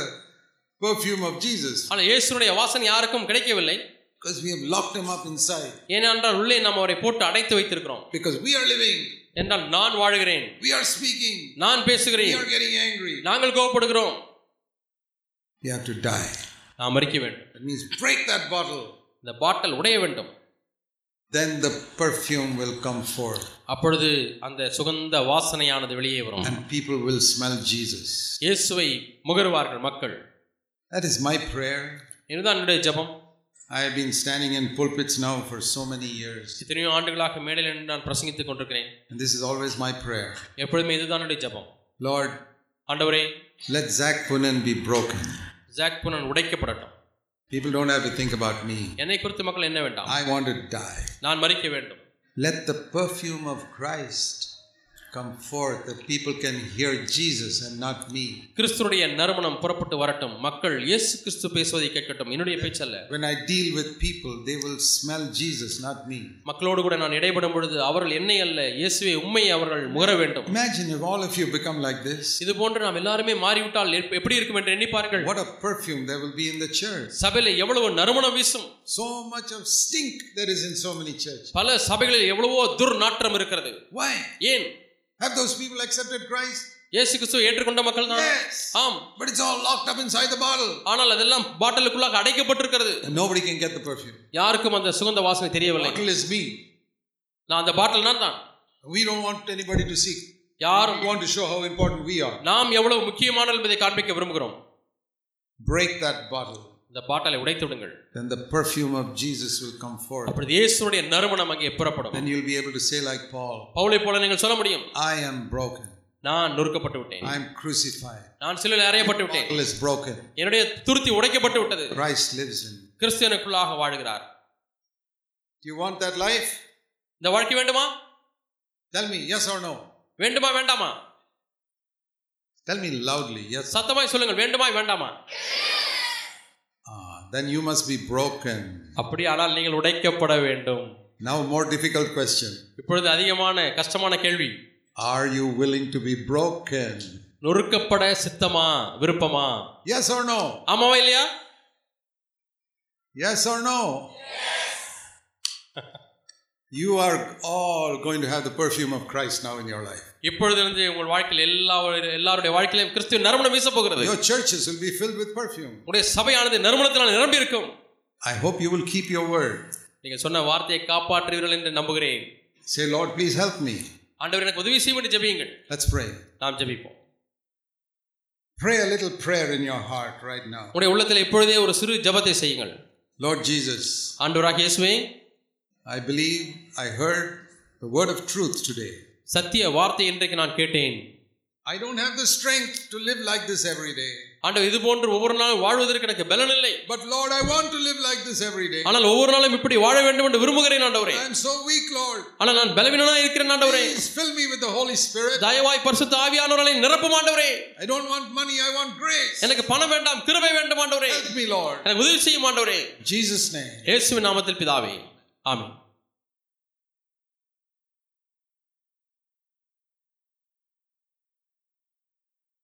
B: perfume of Jesus
C: ஆனால் இயேசுனுடைய வாசனை யாருக்கும் கிடைக்கவில்லை
B: because we have locked him up inside.
C: ஏனென்றால் உள்ளே நாம் அவரை போட்டு அடைத்து வைத்திருக்கிறோம்
B: Because we are living,
C: என்றால் நான் வாழுகிறேன்
B: we are speaking,
C: நான்
B: we
C: பேசுகிறேன்
B: are getting angry.
C: நாங்கள் கோவப்படுகிறோம்
B: We have to die.
C: நாம் மறிக்க வேண்டும்
B: That means break that bottle.
C: இந்த பாட்டில் உடைய வேண்டும்
B: Then the perfume will come forth
C: அப்பொழுது அந்த சுகந்த வாசனையானது வெளியே வரும்
B: and people will smell Jesus.
C: இயேசுவை முகருவார்கள் மக்கள்
B: That is my prayer.
C: இதுதான் என்னுடைய ஜெபம்
B: I have been standing in pulpits now for so many years,
C: எத்தனையோ ஆண்டுகளாக மேடையில் நின்று நான் பிரசங்கித்துக் கொண்டிருக்கிறேன்
B: and this is always my prayer.
C: எப்பொழுதுமே இதுதான் என்னுடைய ஜெபம்
B: Lord,
C: ஆண்டவரே
B: let Zach Punan be broken.
C: Jack புனன் உடைக்கப்படட்டும்
B: People don't have to think about me.
C: என்னை குறித்து மக்கள் என்ன வேண்டாம்
B: I want to die.
C: நான் மறிக்க வேண்டும்
B: Let the perfume of Christ come forth that people can hear Jesus and not me.
C: கிறிஸ்துடைய நறுமணம் புறப்பட்டு வரட்டும் மக்கள் இயேசு கிறிஸ்து பேசுவதை கேட்கட்டும் என்னுடைய பேச்சல்ல
B: When I deal with people, they will smell Jesus, not me.
C: மக்களோடு கூட நான் இடைபடும் பொழுது அவர்கள் என்னை அல்ல இயேசுவை உண்மையை அவர்கள் முகர வேண்டும்
B: Imagine if all of you become like this.
C: இது போன்று நாம் எல்லாருமே மாறிவிட்டால் எப்- எப்படி இருக்கும் என்று எண்ணிப்பார்கள்
B: What a perfume there will be in the church.
C: சபையில எவ்வளவு நறுமணம் வீசும்
B: So much of stink there is in so many churches.
C: பல சபைகளில் எவ்வளவோ துர்நாற்றம் இருக்கிறது
B: Why?
C: ஏன்
B: Have those people accepted Christ?
C: இயேசு கிறிஸ்துவை ஏற்றுக்கொண்ட மக்கள் தான்
B: Yes.
C: ஆம்
B: But it's all locked up inside the bottle.
C: ஆனால் அதெல்லாம் பாட்டிலுக்குள்ளாக அடைக்கப்பட்டிருக்கிறது
B: And nobody can get the perfume.
C: யாருக்கும் அந்த சுகந்த வாசனை தெரியவில்லை
B: Bottle is me.
C: நான் அந்த பாட்டில் நான் தான்
B: We don't want anybody to see.
C: யாரும்
B: We want to show how important we are.
C: நாம் எவ்வளவு முக்கியமான என்பதை காண்பிக்க விரும்புகிறோம்
B: Break that bottle.
C: இந்த பாட்டலை உடைத்து விடுங்கள்
B: Then the perfume of Jesus will come forth.
C: அப்பொழுது இயேசுடைய நறுமணம் அங்கே புறப்படும்
B: Then you'll be able to say, like Paul,
C: பவுலை போல நீங்கள் சொல்ல முடியும்
B: I am broken.
C: நான் நொறுக்கப்பட்டு விட்டேன்
B: I am crucified.
C: நான் சிலையில் அறையப்பட்டு விட்டேன்
B: Bottle is broken.
C: என்னுடைய துருத்தி உடைக்கப்பட்டு விட்டது
B: Christ lives in. me.
C: கிறிஸ்தியனுக்குள்ளாக வாழுகிறார்
B: Do you want that life?
C: இந்த வாழ்க்கை வேண்டுமா
B: Tell me yes or no.
C: வேண்டுமா வேண்டாமா
B: Tell me loudly yes.
C: சத்தமாய் சொல்லுங்கள் வேண்டுமா வேண்டாமா
B: Ah, then you must be broken.
C: அப்படியானால் நீங்கள் உடைக்கப்பட வேண்டும்
B: Now, more difficult question.
C: இப்பொழுது அதிகமான கஷ்டமான கேள்வி
B: Are you willing to be broken?
C: நொறுக்கப்பட சித்தமா விருப்பமா
B: Yes or no?
C: ஆமாவா இல்லையா
B: Yes or no? Yes. you are all going to have the perfume of Christ now in your life.
C: இப்பொழுதிருந்து உங்கள் வாழ்க்கையில் எல்லா எல்லாருடைய வாழ்க்கையிலும் கிறிஸ்துவின் நறுமணம் வீச போகிறது
B: Your churches will be filled with perfume.
C: உங்களுடைய சபையானது நறுமணத்தினால் நிரம்பி இருக்கும்
B: I hope you will keep your word.
C: நீங்கள் சொன்ன வார்த்தையை காப்பாற்றுவீர்கள் என்று நம்புகிறேன்
B: Say, Lord, please help me.
C: ஆண்டவர் எனக்கு உதவி செய்யும் என்று ஜெபியுங்கள்
B: Let's pray.
C: நாம் ஜெபிப்போம்
B: Pray a little prayer in your heart right now.
C: உங்களுடைய உள்ளத்தில் இப்பொழுதே ஒரு சிறு ஜெபத்தை செய்யுங்கள்
B: Lord Jesus,
C: ஆண்டவராக இயேசுவே
B: I believe I heard the word of truth today.
C: சத்திய வார்த்தை இன்றைக்கு நான் கேட்டேன்
B: I don't have the strength to live like this every day.
C: ஆண்டவர் இது போன்று ஒவ்வொரு நாளும் வாழ்வதற்கு எனக்கு பலன் இல்லை
B: But Lord, I want to live like this every day.
C: ஆனால் ஒவ்வொரு நாளும் இப்படி வாழ வேண்டும் என்று விரும்புகிறேன் ஆண்டவரே
B: I am so weak, Lord.
C: ஆனால் நான் பலவீனனா இருக்கிறேன் ஆண்டவரே
B: Please fill me with the Holy Spirit.
C: தயவாய் பரிசுத்த ஆவியானவர்களை நிரப்பும் ஆண்டவரே
B: I don't want money, I want grace.
C: எனக்கு பணம் வேண்டாம் கிருபை வேண்டும் ஆண்டவரே
B: Help me, Lord.
C: எனக்கு உதவி செய்யும் ஆண்டவரே
B: In Jesus' name.
C: இயேசுவின் நாமத்தில் பிதாவே ஆமென்